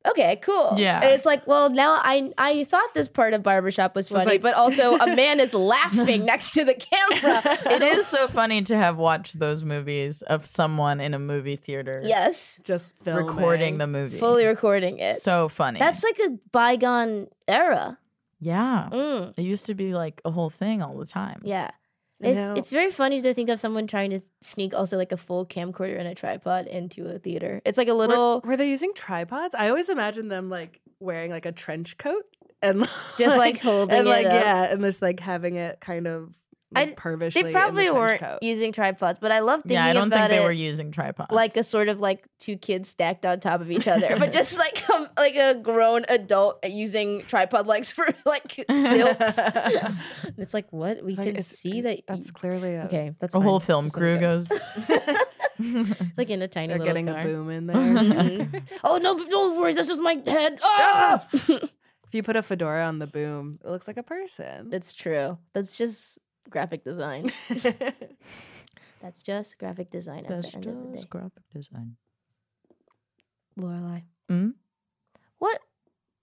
[SPEAKER 5] Okay, cool.
[SPEAKER 4] Yeah.
[SPEAKER 5] And it's like, well, now I I thought this part of barbershop was
[SPEAKER 3] Was
[SPEAKER 5] funny,
[SPEAKER 3] like-
[SPEAKER 5] but also a man is laughing next to the camera.
[SPEAKER 4] It is so funny to have watched those movies of someone in a movie theater.
[SPEAKER 5] Yes.
[SPEAKER 3] just filming.
[SPEAKER 4] recording the movie.
[SPEAKER 5] Fully recording it.
[SPEAKER 4] so funny.
[SPEAKER 5] That's like a bygone era.
[SPEAKER 4] yeah.
[SPEAKER 5] Mm.
[SPEAKER 4] It used to be like a whole thing all the time.
[SPEAKER 5] Yeah.
[SPEAKER 3] You
[SPEAKER 5] It's,
[SPEAKER 3] know-
[SPEAKER 5] it's very funny to think of someone trying to sneak also like a full camcorder and a tripod into a theater. It's like a little
[SPEAKER 3] Were, were they using tripods? I always imagine them like wearing like a trench coat and
[SPEAKER 5] just like holding
[SPEAKER 3] and
[SPEAKER 5] it
[SPEAKER 3] like
[SPEAKER 5] up.
[SPEAKER 3] yeah, and just like having it kind of like,
[SPEAKER 5] I-
[SPEAKER 3] pervishly.
[SPEAKER 5] They
[SPEAKER 3] in
[SPEAKER 5] probably
[SPEAKER 3] the
[SPEAKER 5] weren't
[SPEAKER 3] trench coat.
[SPEAKER 5] using tripods, but I love thinking
[SPEAKER 4] yeah, I don't think
[SPEAKER 5] about
[SPEAKER 4] they
[SPEAKER 5] it
[SPEAKER 4] were using tripods.
[SPEAKER 5] like a sort of like two kids stacked on top of each other, but just like um, like a grown adult using tripod legs for like stilts. and it's like what we
[SPEAKER 3] Like,
[SPEAKER 5] can
[SPEAKER 3] it's-
[SPEAKER 5] see
[SPEAKER 3] it's-
[SPEAKER 5] that.
[SPEAKER 3] That's
[SPEAKER 5] y-
[SPEAKER 3] clearly a,
[SPEAKER 5] okay. That's
[SPEAKER 4] a whole
[SPEAKER 5] fine.
[SPEAKER 4] film
[SPEAKER 5] Just let
[SPEAKER 4] crew
[SPEAKER 5] it go.
[SPEAKER 4] goes.
[SPEAKER 5] like in a tiny
[SPEAKER 3] They're
[SPEAKER 5] little
[SPEAKER 3] getting
[SPEAKER 5] car.
[SPEAKER 3] a boom in there.
[SPEAKER 5] Mhm. oh no! No worries. That's just my head. Ah!
[SPEAKER 3] if you put a fedora on the boom, it looks like a person.
[SPEAKER 5] That's true. That's just graphic design. That's just graphic design at the end of the day.
[SPEAKER 4] graphic design.
[SPEAKER 5] Lorelai.
[SPEAKER 4] Mm?
[SPEAKER 5] What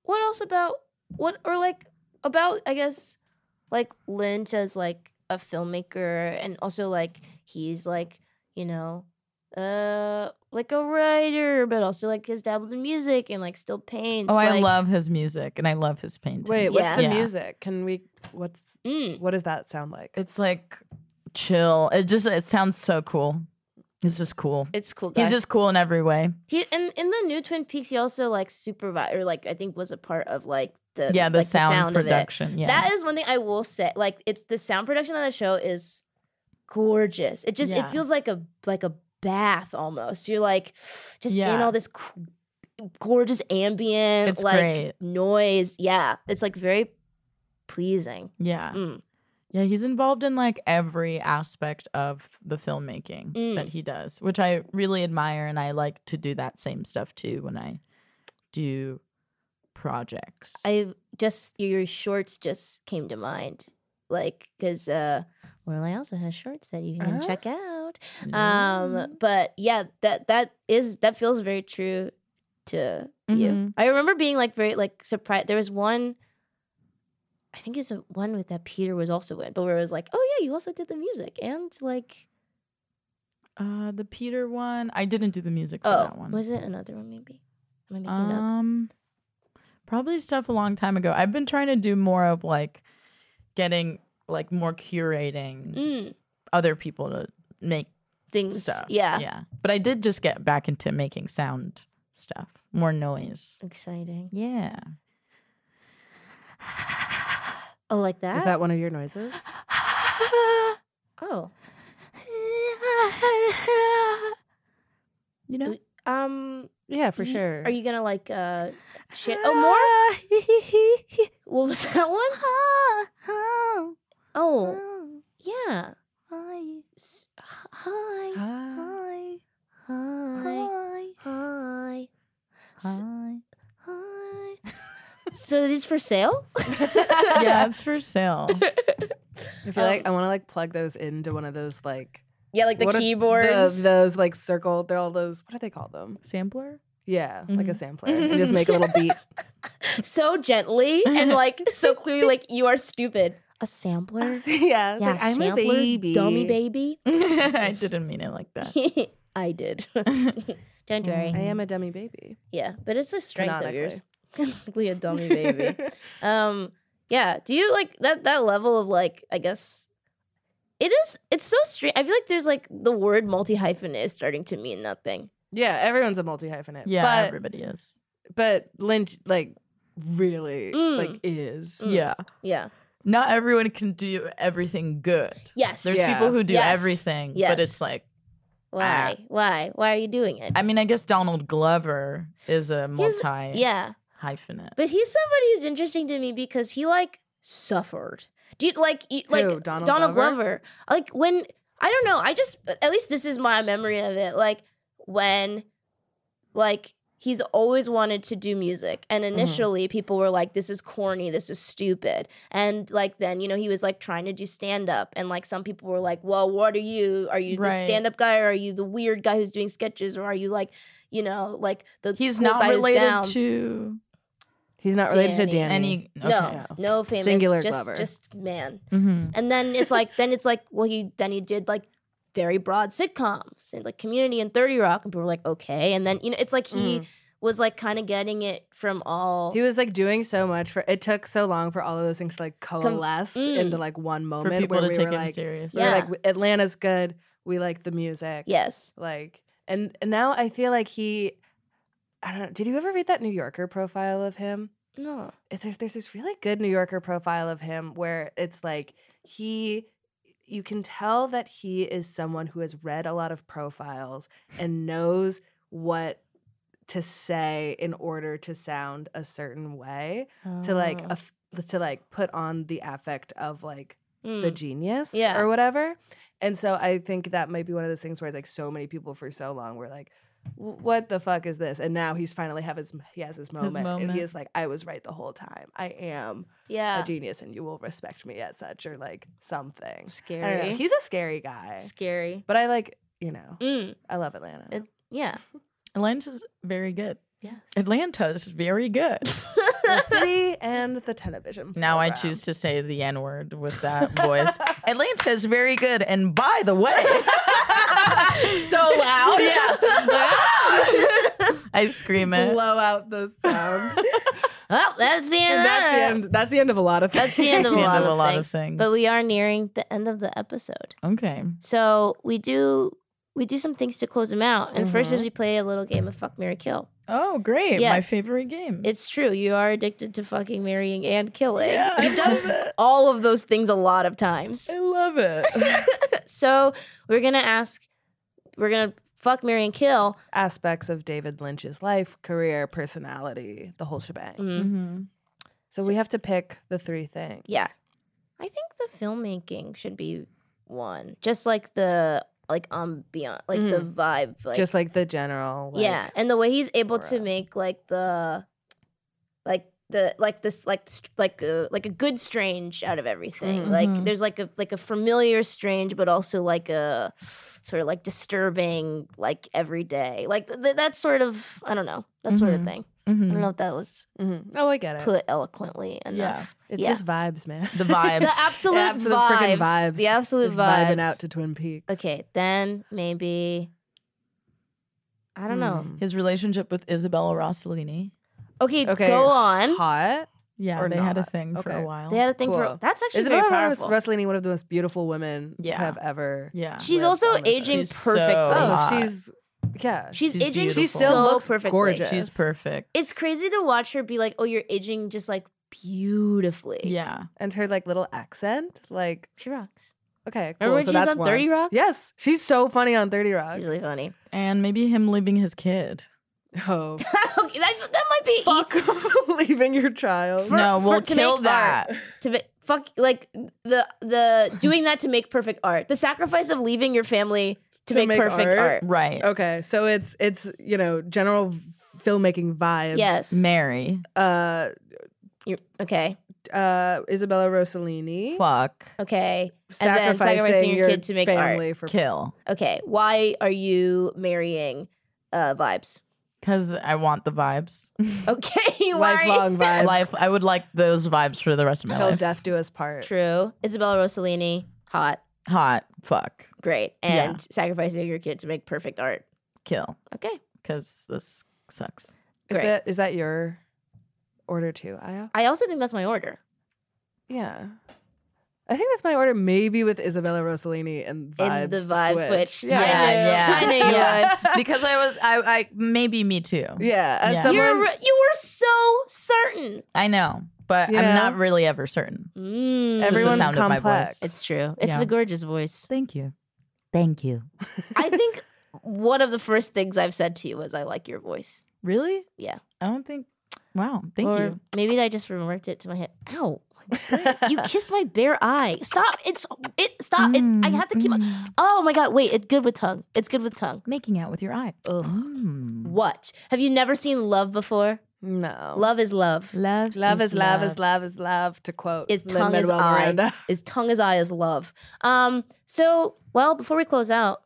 [SPEAKER 5] what else about what or like about I guess like Lynch as like a filmmaker and also like he's like, you know, uh like a writer, but also like has dabbled in music and like still paints.
[SPEAKER 4] Oh, I
[SPEAKER 5] like-
[SPEAKER 4] love his music and I love his painting.
[SPEAKER 3] Wait, what's
[SPEAKER 5] Yeah.
[SPEAKER 3] the
[SPEAKER 4] Yeah.
[SPEAKER 3] music? Can we? What's
[SPEAKER 5] Mm.
[SPEAKER 3] what does that sound like?
[SPEAKER 4] it's like chill. It just it sounds so cool. He's just cool.
[SPEAKER 5] It's cool.
[SPEAKER 4] He's
[SPEAKER 5] guy.
[SPEAKER 4] just cool in every way.
[SPEAKER 5] He in in the new Twin Peaks, he also like supervised or like I think was a part of like the
[SPEAKER 4] yeah, the
[SPEAKER 5] Uh, like,
[SPEAKER 4] sound,
[SPEAKER 5] of it.
[SPEAKER 4] production. Yeah,
[SPEAKER 5] That is one thing I will say. Like it, the sound production on the show is gorgeous. It just
[SPEAKER 4] Yeah.
[SPEAKER 5] it feels like a like a bath almost. You're like just in
[SPEAKER 4] Yeah.
[SPEAKER 5] all this c- gorgeous ambient
[SPEAKER 4] It's
[SPEAKER 5] like
[SPEAKER 4] great.
[SPEAKER 5] noise. Yeah, it's like very pleasing.
[SPEAKER 4] yeah,
[SPEAKER 5] Mm.
[SPEAKER 4] yeah. He's involved in like every aspect of the filmmaking
[SPEAKER 5] Mm.
[SPEAKER 4] that he does, which I really admire, and I like to do that same stuff too when I do projects.
[SPEAKER 5] I just your shorts just came to mind, like because uh, Lorelai also has shorts that you can
[SPEAKER 4] Uh-huh.
[SPEAKER 3] Ah.
[SPEAKER 5] check out.
[SPEAKER 4] Yeah.
[SPEAKER 5] Um, but yeah, that that is that feels very true to you.
[SPEAKER 4] Mhm.
[SPEAKER 5] I remember being like very like surprised. There was one, I think it's a one with that Peter was also in, but where it was like, oh yeah, you also did the music and like
[SPEAKER 4] uh, the Peter one. I didn't do the music for
[SPEAKER 5] oh
[SPEAKER 4] that one.
[SPEAKER 5] was it another one maybe? Am I making it up?
[SPEAKER 4] Um, probably stuff a long time ago. I've been trying to do more of like getting like more curating
[SPEAKER 5] Mm,
[SPEAKER 4] other people to make
[SPEAKER 5] things,
[SPEAKER 4] stuff.
[SPEAKER 5] yeah.
[SPEAKER 4] yeah. But I did just get back into making sound stuff, more noise.
[SPEAKER 5] exciting.
[SPEAKER 4] Yeah.
[SPEAKER 5] Oh, like that?
[SPEAKER 3] Is that one of your noises?
[SPEAKER 5] oh,
[SPEAKER 4] You know.
[SPEAKER 5] um,
[SPEAKER 3] Yeah, for
[SPEAKER 5] y-
[SPEAKER 3] sure.
[SPEAKER 5] Are you gonna like uh, shit? Oh, more? What was that
[SPEAKER 4] Uh-huh.
[SPEAKER 5] one?
[SPEAKER 6] Uh-huh.
[SPEAKER 5] Oh, yeah.
[SPEAKER 6] Oh,
[SPEAKER 5] S- Hi.
[SPEAKER 3] Ah.
[SPEAKER 5] Hi.
[SPEAKER 6] Hi.
[SPEAKER 5] Hi. Hi. So these for sale?
[SPEAKER 4] yeah, it's for sale.
[SPEAKER 3] I feel like I want to like plug those into one of those like
[SPEAKER 5] Yeah, like the
[SPEAKER 3] what are-
[SPEAKER 5] keyboards.
[SPEAKER 3] the- those like circle. They're all those. What do they call them?
[SPEAKER 4] Sampler?
[SPEAKER 3] Yeah, like a sampler. and just make a little beat.
[SPEAKER 5] so gently and like so clearly, like you are stupid. A sampler?
[SPEAKER 3] yeah, it's
[SPEAKER 5] Yeah,
[SPEAKER 3] like, I'm a
[SPEAKER 5] sampler,
[SPEAKER 3] baby,
[SPEAKER 5] Dummy baby.
[SPEAKER 4] I didn't mean it like that.
[SPEAKER 5] I did. Don't worry.
[SPEAKER 3] I am a dummy baby.
[SPEAKER 5] Yeah, but it's a strength of yours. Canonically a dummy baby.
[SPEAKER 3] Maybe.
[SPEAKER 5] um, yeah. Do you like that that level of like I guess it is it's so strange. I feel like there's like the word multi hyphenate is starting to mean nothing.
[SPEAKER 3] yeah, everyone's a multi hyphenate.
[SPEAKER 4] Yeah,
[SPEAKER 3] but
[SPEAKER 4] everybody is.
[SPEAKER 3] but Lynch like really
[SPEAKER 5] Mm.
[SPEAKER 3] like is.
[SPEAKER 5] Mm.
[SPEAKER 4] Yeah.
[SPEAKER 5] Yeah.
[SPEAKER 4] not everyone can do everything good.
[SPEAKER 5] Yes.
[SPEAKER 4] There's
[SPEAKER 3] Yeah.
[SPEAKER 4] people who do
[SPEAKER 5] Yes.
[SPEAKER 4] everything,
[SPEAKER 5] Yes.
[SPEAKER 4] but it's like
[SPEAKER 5] Why? Why? Why are you doing it?
[SPEAKER 4] I mean, I guess Donald Glover is a
[SPEAKER 5] He's-
[SPEAKER 4] multi
[SPEAKER 5] yeah.
[SPEAKER 4] hyphenate.
[SPEAKER 5] But he's somebody who's interesting to me because he like suffered. Do you like you, like
[SPEAKER 3] Who, Donald
[SPEAKER 5] Glover?
[SPEAKER 3] Glover?
[SPEAKER 5] Like when I don't know, I just at least this is my memory of it. Like when like he's always wanted to do music
[SPEAKER 4] Mm-hmm.
[SPEAKER 5] and initially people were like this is corny, this is stupid. And like then, you know, he was like trying to do stand up and like some people were like, "Well, what are you? Are you the
[SPEAKER 4] Right.
[SPEAKER 5] stand up guy or are you the weird guy who's doing sketches or are you like, you know, like the
[SPEAKER 4] He's
[SPEAKER 5] cool
[SPEAKER 4] not
[SPEAKER 5] guy who's
[SPEAKER 4] related
[SPEAKER 5] down?"
[SPEAKER 4] to
[SPEAKER 3] He's not related to
[SPEAKER 5] Danny.
[SPEAKER 3] Danny.
[SPEAKER 4] any. Okay.
[SPEAKER 5] No, no famous,
[SPEAKER 3] Singular
[SPEAKER 5] just
[SPEAKER 3] Glover.
[SPEAKER 5] just man.
[SPEAKER 4] Mhm.
[SPEAKER 5] And then it's like, then it's like, well, he then he did like very broad sitcoms and like Community and Thirty Rock, and people were like, okay. And then you know, it's like he was like kind of getting it from all.
[SPEAKER 3] He was like doing so much for it took so long for all of those things to like coalesce
[SPEAKER 5] Mm.
[SPEAKER 3] into like one
[SPEAKER 4] for
[SPEAKER 3] moment
[SPEAKER 4] people
[SPEAKER 3] where
[SPEAKER 4] to
[SPEAKER 3] we
[SPEAKER 4] take
[SPEAKER 3] were
[SPEAKER 4] him
[SPEAKER 3] like
[SPEAKER 4] serious.
[SPEAKER 3] we were
[SPEAKER 5] Yeah.
[SPEAKER 3] like Atlanta's good, we like the music.
[SPEAKER 5] yes.
[SPEAKER 3] Like and, and now I feel like he I don't know, did you ever read that New Yorker profile of him?
[SPEAKER 5] No.
[SPEAKER 3] It's, there's, there's this really good New Yorker profile of him where it's like he you can tell that he is someone who has read a lot of profiles and knows what to say in order to sound a certain way to like
[SPEAKER 5] Oh.
[SPEAKER 3] aff- to like put on the affect of like the
[SPEAKER 5] Mm.
[SPEAKER 3] genius
[SPEAKER 5] Yeah.
[SPEAKER 3] or whatever. And so I think that might be one of those things where like so many people for so long were like, "W- "What the fuck is this?" And now he's finally have his he has his moment, and
[SPEAKER 4] moment.
[SPEAKER 3] he is like, "I was right the whole time. I am
[SPEAKER 5] yeah.
[SPEAKER 3] a genius, and you will respect me at such or like something." I don't know.
[SPEAKER 5] Scary.
[SPEAKER 3] He's a scary guy,
[SPEAKER 5] Scary.
[SPEAKER 3] but I like you know
[SPEAKER 5] Mm.
[SPEAKER 3] I love Atlanta.
[SPEAKER 5] It- yeah.
[SPEAKER 4] Atlanta's very good.
[SPEAKER 5] Yes.
[SPEAKER 4] Atlanta's very good.
[SPEAKER 3] the city and the television.
[SPEAKER 4] Now I
[SPEAKER 3] program.
[SPEAKER 4] choose to say the N word with that voice. Atlanta is very good. And by the way, so loud. Yeah. I scream it.
[SPEAKER 3] blow out the sound.
[SPEAKER 5] Well, that's the end. of
[SPEAKER 3] and that's the
[SPEAKER 5] that.
[SPEAKER 3] end. That's the end of a lot of things.
[SPEAKER 5] That's the end of a
[SPEAKER 4] It's the
[SPEAKER 5] lot,
[SPEAKER 4] end of
[SPEAKER 5] of,
[SPEAKER 4] a lot of
[SPEAKER 5] things.
[SPEAKER 4] things.
[SPEAKER 5] But we are nearing the end of the episode.
[SPEAKER 4] Okay.
[SPEAKER 5] So we do we do some things to close them out. And first is we play a little game of fuck Mary Kill.
[SPEAKER 4] Oh, great. My
[SPEAKER 5] Yes.
[SPEAKER 4] favorite game.
[SPEAKER 5] It's true. You are addicted to fucking marrying and killing. You've done all of those things a lot of times.
[SPEAKER 4] I love it.
[SPEAKER 5] So we're gonna ask we're gonna fuck Mary and Kill.
[SPEAKER 3] aspects of David Lynch's life, career, personality, the whole shebang.
[SPEAKER 5] Mm.
[SPEAKER 4] hmm
[SPEAKER 3] So we have to pick the three things.
[SPEAKER 5] Yeah. I think the filmmaking should be one. Just like the like ambiance, like the vibe. Like
[SPEAKER 3] Just like the general. Like,
[SPEAKER 5] yeah and the way he's able to
[SPEAKER 3] aura.
[SPEAKER 5] make like the like the like this like st- like a, like a good strange out of everything
[SPEAKER 3] Mm-hmm.
[SPEAKER 5] like
[SPEAKER 4] Mhm.
[SPEAKER 5] there's like a like a familiar strange but also like a sort of like disturbing like everyday like th- th- that sort of i don't know that sort of
[SPEAKER 3] Mm-hmm.
[SPEAKER 4] Mhm.
[SPEAKER 5] thing i don't know if that was
[SPEAKER 3] Mhm. Oh, I get it.
[SPEAKER 5] put eloquently enough
[SPEAKER 3] It's
[SPEAKER 5] yeah.
[SPEAKER 3] just vibes, man.
[SPEAKER 4] The vibes.
[SPEAKER 5] the absolute,
[SPEAKER 3] absolute
[SPEAKER 5] vibes,
[SPEAKER 3] freaking vibes.
[SPEAKER 5] the absolute
[SPEAKER 3] Just
[SPEAKER 5] vibes
[SPEAKER 3] Vibing out to Twin Peaks.
[SPEAKER 5] okay then maybe i don't know
[SPEAKER 3] Mm.
[SPEAKER 4] His relationship with Isabella Rossellini.
[SPEAKER 5] okay,
[SPEAKER 3] Okay.
[SPEAKER 5] go on
[SPEAKER 3] Hot.
[SPEAKER 4] Yeah,
[SPEAKER 3] Or
[SPEAKER 4] they had a
[SPEAKER 3] not.
[SPEAKER 4] thing for
[SPEAKER 3] Okay.
[SPEAKER 4] a while.
[SPEAKER 5] They had a thing
[SPEAKER 3] Cool.
[SPEAKER 5] for that's actually
[SPEAKER 3] Isabella
[SPEAKER 5] very powerful.
[SPEAKER 3] Rossellini, one of the most beautiful women
[SPEAKER 4] Yeah.
[SPEAKER 3] to have ever.
[SPEAKER 4] yeah.
[SPEAKER 5] she's
[SPEAKER 3] lived
[SPEAKER 5] also
[SPEAKER 3] on this earth.
[SPEAKER 5] aging
[SPEAKER 4] She's so
[SPEAKER 5] perfectly.
[SPEAKER 3] Oh,
[SPEAKER 4] hot.
[SPEAKER 3] she's yeah.
[SPEAKER 5] she's,
[SPEAKER 4] She's
[SPEAKER 5] aging.
[SPEAKER 4] beautiful.
[SPEAKER 5] She
[SPEAKER 4] She still
[SPEAKER 5] so
[SPEAKER 3] looks
[SPEAKER 5] perfectly.
[SPEAKER 3] gorgeous.
[SPEAKER 4] She's perfect.
[SPEAKER 5] It's crazy to watch her be like, "Oh, you're aging just like beautifully."
[SPEAKER 4] yeah.
[SPEAKER 3] and her like little accent, like
[SPEAKER 5] she rocks.
[SPEAKER 3] okay, cool.
[SPEAKER 5] Remember when
[SPEAKER 3] so
[SPEAKER 5] she was
[SPEAKER 3] that's
[SPEAKER 5] on
[SPEAKER 3] one.
[SPEAKER 5] 30 Rock?
[SPEAKER 3] Yes, she's so funny on Thirty Rock.
[SPEAKER 5] She's really funny.
[SPEAKER 4] And maybe him leaving his kid.
[SPEAKER 3] Oh,
[SPEAKER 5] okay, that, that might be
[SPEAKER 3] fuck leaving your child.
[SPEAKER 4] no,
[SPEAKER 5] for-
[SPEAKER 4] we'll
[SPEAKER 5] to
[SPEAKER 4] kill
[SPEAKER 5] make
[SPEAKER 4] that.
[SPEAKER 5] to be, fuck like the the doing that to make perfect art. The sacrifice of leaving your family to,
[SPEAKER 3] To
[SPEAKER 5] make,
[SPEAKER 3] make
[SPEAKER 5] perfect
[SPEAKER 3] art?
[SPEAKER 5] art.
[SPEAKER 4] Right.
[SPEAKER 3] Okay, so it's it's you know general filmmaking vibes.
[SPEAKER 5] Yes.
[SPEAKER 4] Mary.
[SPEAKER 3] Uh,
[SPEAKER 5] You're- okay.
[SPEAKER 3] uh, Isabella Rossellini
[SPEAKER 4] Fuck.
[SPEAKER 5] Okay. and then
[SPEAKER 3] sacrificing,
[SPEAKER 5] sacrificing
[SPEAKER 3] your
[SPEAKER 5] your kid to make art.
[SPEAKER 3] family for
[SPEAKER 4] Kill.
[SPEAKER 5] Okay. Why are you marrying uh vibes?
[SPEAKER 4] Because I want the vibes.
[SPEAKER 5] Okay. why are you-
[SPEAKER 3] lifelong vibes.
[SPEAKER 4] Life. I would like those vibes for the rest of my
[SPEAKER 3] Till
[SPEAKER 4] life.
[SPEAKER 3] death do us part.
[SPEAKER 5] True. Isabella Rossellini, hot,
[SPEAKER 4] Hot. Fuck.
[SPEAKER 5] great,
[SPEAKER 4] Yeah.
[SPEAKER 5] and sacrificing your kid to make perfect art.
[SPEAKER 4] Kill.
[SPEAKER 5] Okay.
[SPEAKER 4] Because this sucks.
[SPEAKER 3] Is
[SPEAKER 5] Great.
[SPEAKER 3] that is that your order too, Aya?
[SPEAKER 5] I also think that's my order.
[SPEAKER 3] Yeah. I think that's my order, maybe with Isabella Rossellini and vibes
[SPEAKER 5] In the vibe switch.
[SPEAKER 4] Yeah, yeah.
[SPEAKER 5] I knew you would.
[SPEAKER 4] because I was. I. I. Maybe me too.
[SPEAKER 3] Yeah,
[SPEAKER 4] Yeah.
[SPEAKER 3] as
[SPEAKER 5] You're,
[SPEAKER 3] someone
[SPEAKER 5] re- you were so certain.
[SPEAKER 4] I know, but
[SPEAKER 3] You
[SPEAKER 4] I'm
[SPEAKER 3] know?
[SPEAKER 4] not really ever certain.
[SPEAKER 5] Mm.
[SPEAKER 4] Just the
[SPEAKER 3] Everyone's
[SPEAKER 4] sound of my
[SPEAKER 3] complex.
[SPEAKER 4] voice.
[SPEAKER 5] It's true. It's
[SPEAKER 4] Yeah.
[SPEAKER 5] a gorgeous voice.
[SPEAKER 4] Thank you. Thank you.
[SPEAKER 5] I think one of the first things I've said to you was, I like your voice.
[SPEAKER 4] Really?
[SPEAKER 5] Yeah.
[SPEAKER 4] I don't think. Wow. Thank
[SPEAKER 5] Or
[SPEAKER 4] you.
[SPEAKER 5] Maybe I just remarked it to my head. Ow. You kissed my bare eye. Stop. It's Ah, it stop. It,
[SPEAKER 4] Mm,
[SPEAKER 5] I have
[SPEAKER 4] Mm-hmm.
[SPEAKER 5] to keep Oh my god, wait, it's good with tongue. It's good with tongue.
[SPEAKER 4] Making out with your eye. Mm.
[SPEAKER 5] What? Have you never seen love before?
[SPEAKER 3] no
[SPEAKER 5] Love is love.
[SPEAKER 4] Love.
[SPEAKER 3] Love is love is love is love. To quote
[SPEAKER 5] Is tongue is
[SPEAKER 3] Lin-Manuel
[SPEAKER 5] eye.
[SPEAKER 3] Miranda.
[SPEAKER 5] Is tongue is eye is love. Um, so well, before we close out,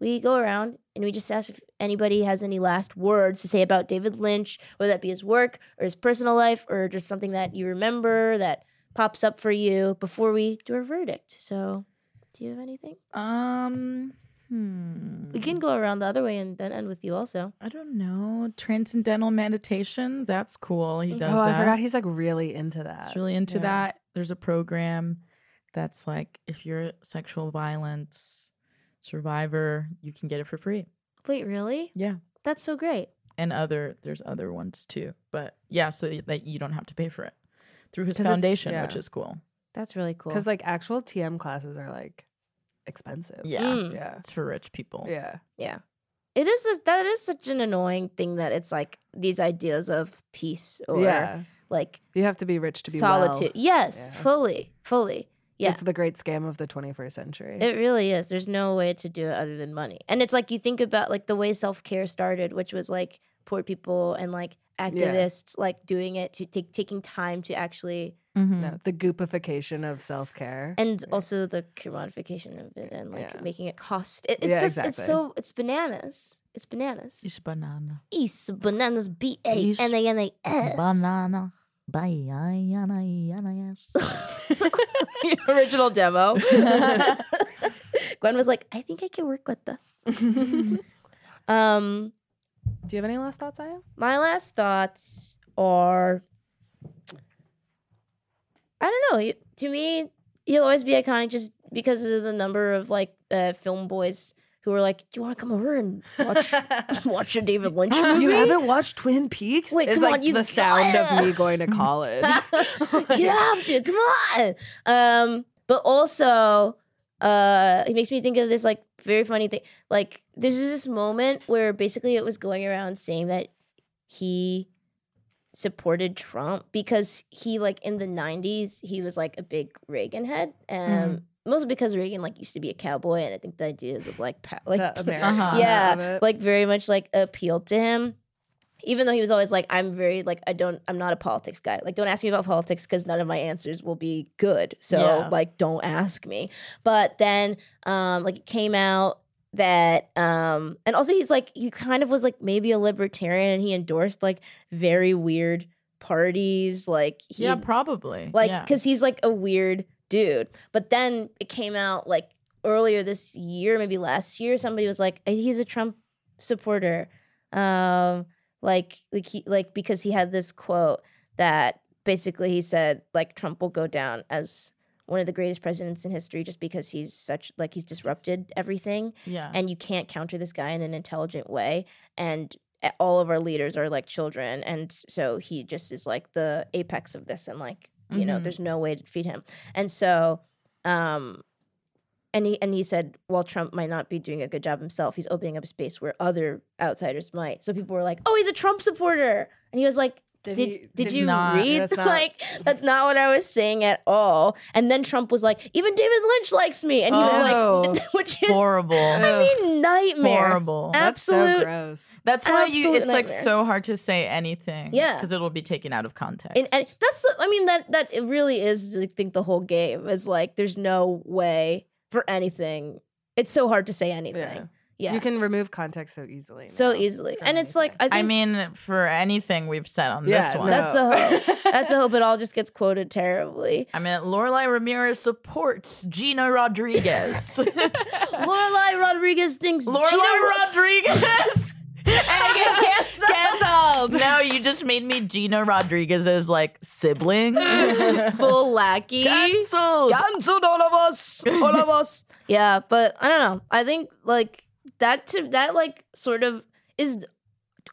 [SPEAKER 5] we go around and we just ask if anybody has any last words to say about David Lynch, whether that be his work or his personal life or just something that you remember that pops up for you before we do our verdict. So do you have anything?
[SPEAKER 4] Um. Hmm.
[SPEAKER 5] We can go around the other way and then end with you also.
[SPEAKER 4] I don't know. Transcendental meditation. That's cool. He does
[SPEAKER 3] Oh, I
[SPEAKER 4] that.
[SPEAKER 3] forgot he's like really into that.
[SPEAKER 4] He's really into
[SPEAKER 3] Uh, Yeah.
[SPEAKER 4] that. There's a program that's like if you're a sexual violence survivor, you can get it for free.
[SPEAKER 5] Wait, really?
[SPEAKER 4] Yeah.
[SPEAKER 5] That's so great.
[SPEAKER 4] And other there's other ones too. But yeah, so that you don't have to pay for it. Through his
[SPEAKER 3] 'Cause it's-
[SPEAKER 4] foundation,
[SPEAKER 3] yeah.
[SPEAKER 4] which is cool.
[SPEAKER 5] That's really cool.
[SPEAKER 3] Because like actual TM classes are like expensive.
[SPEAKER 4] Yeah.
[SPEAKER 5] Mm.
[SPEAKER 3] Yeah.
[SPEAKER 4] It's for rich people.
[SPEAKER 3] Yeah.
[SPEAKER 5] Yeah. It is just, that is such an annoying thing that it's like these ideas of peace or
[SPEAKER 3] yeah.
[SPEAKER 5] like
[SPEAKER 3] You have to be rich to be
[SPEAKER 5] solitude.
[SPEAKER 3] Well.
[SPEAKER 5] Yes,
[SPEAKER 3] Yeah.
[SPEAKER 5] fully, fully. Yeah.
[SPEAKER 3] It's the great scam of the 21st century.
[SPEAKER 5] It really is. There's no way to do it other than money. And it's like you think about like the way self care started, which was like poor people and like activists like doing it to take taking time to actually
[SPEAKER 4] Mm-hmm.
[SPEAKER 3] no, the goopification of self care.
[SPEAKER 5] and also the commodification of it and like
[SPEAKER 3] Yeah.
[SPEAKER 5] making it cost. It, it's
[SPEAKER 3] Yeah,
[SPEAKER 5] just
[SPEAKER 3] exactly.
[SPEAKER 5] it's so it's bananas. It's bananas.
[SPEAKER 4] It's banana.
[SPEAKER 5] East bananas B A
[SPEAKER 4] East
[SPEAKER 5] N A N A S.
[SPEAKER 4] Banana. Banana.
[SPEAKER 5] Original demo. Gwen was like, I think I can work with this. um
[SPEAKER 3] Do you have any last thoughts, Aya?
[SPEAKER 5] my last thoughts are I don't know. you- To me, he'll always be iconic just because of the number of like uh, film boys who are like, "Do you want to come over and watch watch a David Lynch movie?"
[SPEAKER 3] You haven't watched Twin Peaks?
[SPEAKER 5] Wait,
[SPEAKER 3] It's
[SPEAKER 5] come
[SPEAKER 3] like
[SPEAKER 5] on, you
[SPEAKER 3] the sound of
[SPEAKER 5] gotta.
[SPEAKER 3] me going to college.
[SPEAKER 5] you have to come on. Um, but also, uh, it makes me think of this like very funny thing. Like, there's just this moment where basically it was going around saying that he supported Trump because he like in the '90s he was like a big Reagan head, um, mostly because Reagan like used to be a cowboy, and I think the ideas of like pa- like
[SPEAKER 3] The
[SPEAKER 4] Uh-huh.
[SPEAKER 3] Americana of
[SPEAKER 5] yeah,
[SPEAKER 3] it.
[SPEAKER 5] like very much like appealed to him. Even though he was always like, I'm very like I don't I'm not a politics guy. Like don't ask me about politics because none of my answers will be good. So
[SPEAKER 4] Yeah.
[SPEAKER 5] like don't ask me. But then um like it came out that um and also he's like he kind of was like maybe a libertarian and he endorsed like very weird parties. Like he
[SPEAKER 4] Yeah, probably.
[SPEAKER 5] like
[SPEAKER 4] yeah.
[SPEAKER 5] because he's like a weird dude but then it came out like earlier this year maybe last year somebody was like he's a trump supporter um like like he like because he had this quote that basically he said like trump will go down as one of the greatest presidents in history just because he's such like he's disrupted everything
[SPEAKER 4] yeah.
[SPEAKER 5] and you can't counter this guy in an intelligent way and a- all of our leaders are like children and so he just is like the apex of this and like you know
[SPEAKER 3] Mm-hmm.
[SPEAKER 4] Mhm.
[SPEAKER 5] there's no way to feed him and so um and he and he said while Trump might not be doing a good job himself, he's opening up space where other outsiders might. So people were like, "Oh, he's a Trump supporter," and he was like, "Did
[SPEAKER 3] he-
[SPEAKER 5] did,
[SPEAKER 4] did
[SPEAKER 5] you
[SPEAKER 4] not-
[SPEAKER 5] read?
[SPEAKER 3] that's not-
[SPEAKER 5] like that's not what I was saying at all." And then Trump was like, "Even David Lynch likes me," and he
[SPEAKER 3] Oh.
[SPEAKER 5] was like, "Which is
[SPEAKER 4] horrible.
[SPEAKER 5] I mean nightmare,
[SPEAKER 4] horrible.
[SPEAKER 3] That's so
[SPEAKER 5] absolute."
[SPEAKER 3] gross.
[SPEAKER 4] That's why you,
[SPEAKER 5] absolute
[SPEAKER 4] it's like
[SPEAKER 5] nightmare.
[SPEAKER 4] so hard to say anything.
[SPEAKER 5] Yeah.
[SPEAKER 4] Because it'll be taken out of context.
[SPEAKER 5] and, and that's the, I mean that that it really is I think the whole game is like there's no way for anything. It's so hard to say anything. Yeah.
[SPEAKER 3] You can remove context so easily.
[SPEAKER 5] so
[SPEAKER 3] now.
[SPEAKER 5] easily.
[SPEAKER 3] from
[SPEAKER 5] And it's like I think
[SPEAKER 4] I mean, for anything we've said on this
[SPEAKER 3] Yeah,
[SPEAKER 4] one.
[SPEAKER 5] That's
[SPEAKER 3] No.
[SPEAKER 5] the hope. That's the hope. It all just gets quoted terribly.
[SPEAKER 4] I mean, Lorelai Ramirez supports Gina Rodriguez.
[SPEAKER 5] Lorelai Rodriguez thinks
[SPEAKER 4] Lorelai
[SPEAKER 5] Gina Ro-
[SPEAKER 4] Rodriguez.
[SPEAKER 5] I get canceled.
[SPEAKER 4] no, you just made me Gina Rodriguez's like sibling.
[SPEAKER 5] Full lackey.
[SPEAKER 4] Canceled.
[SPEAKER 5] Canceled all of us. All of us. Yeah, but I don't know. I think like that to that like sort of is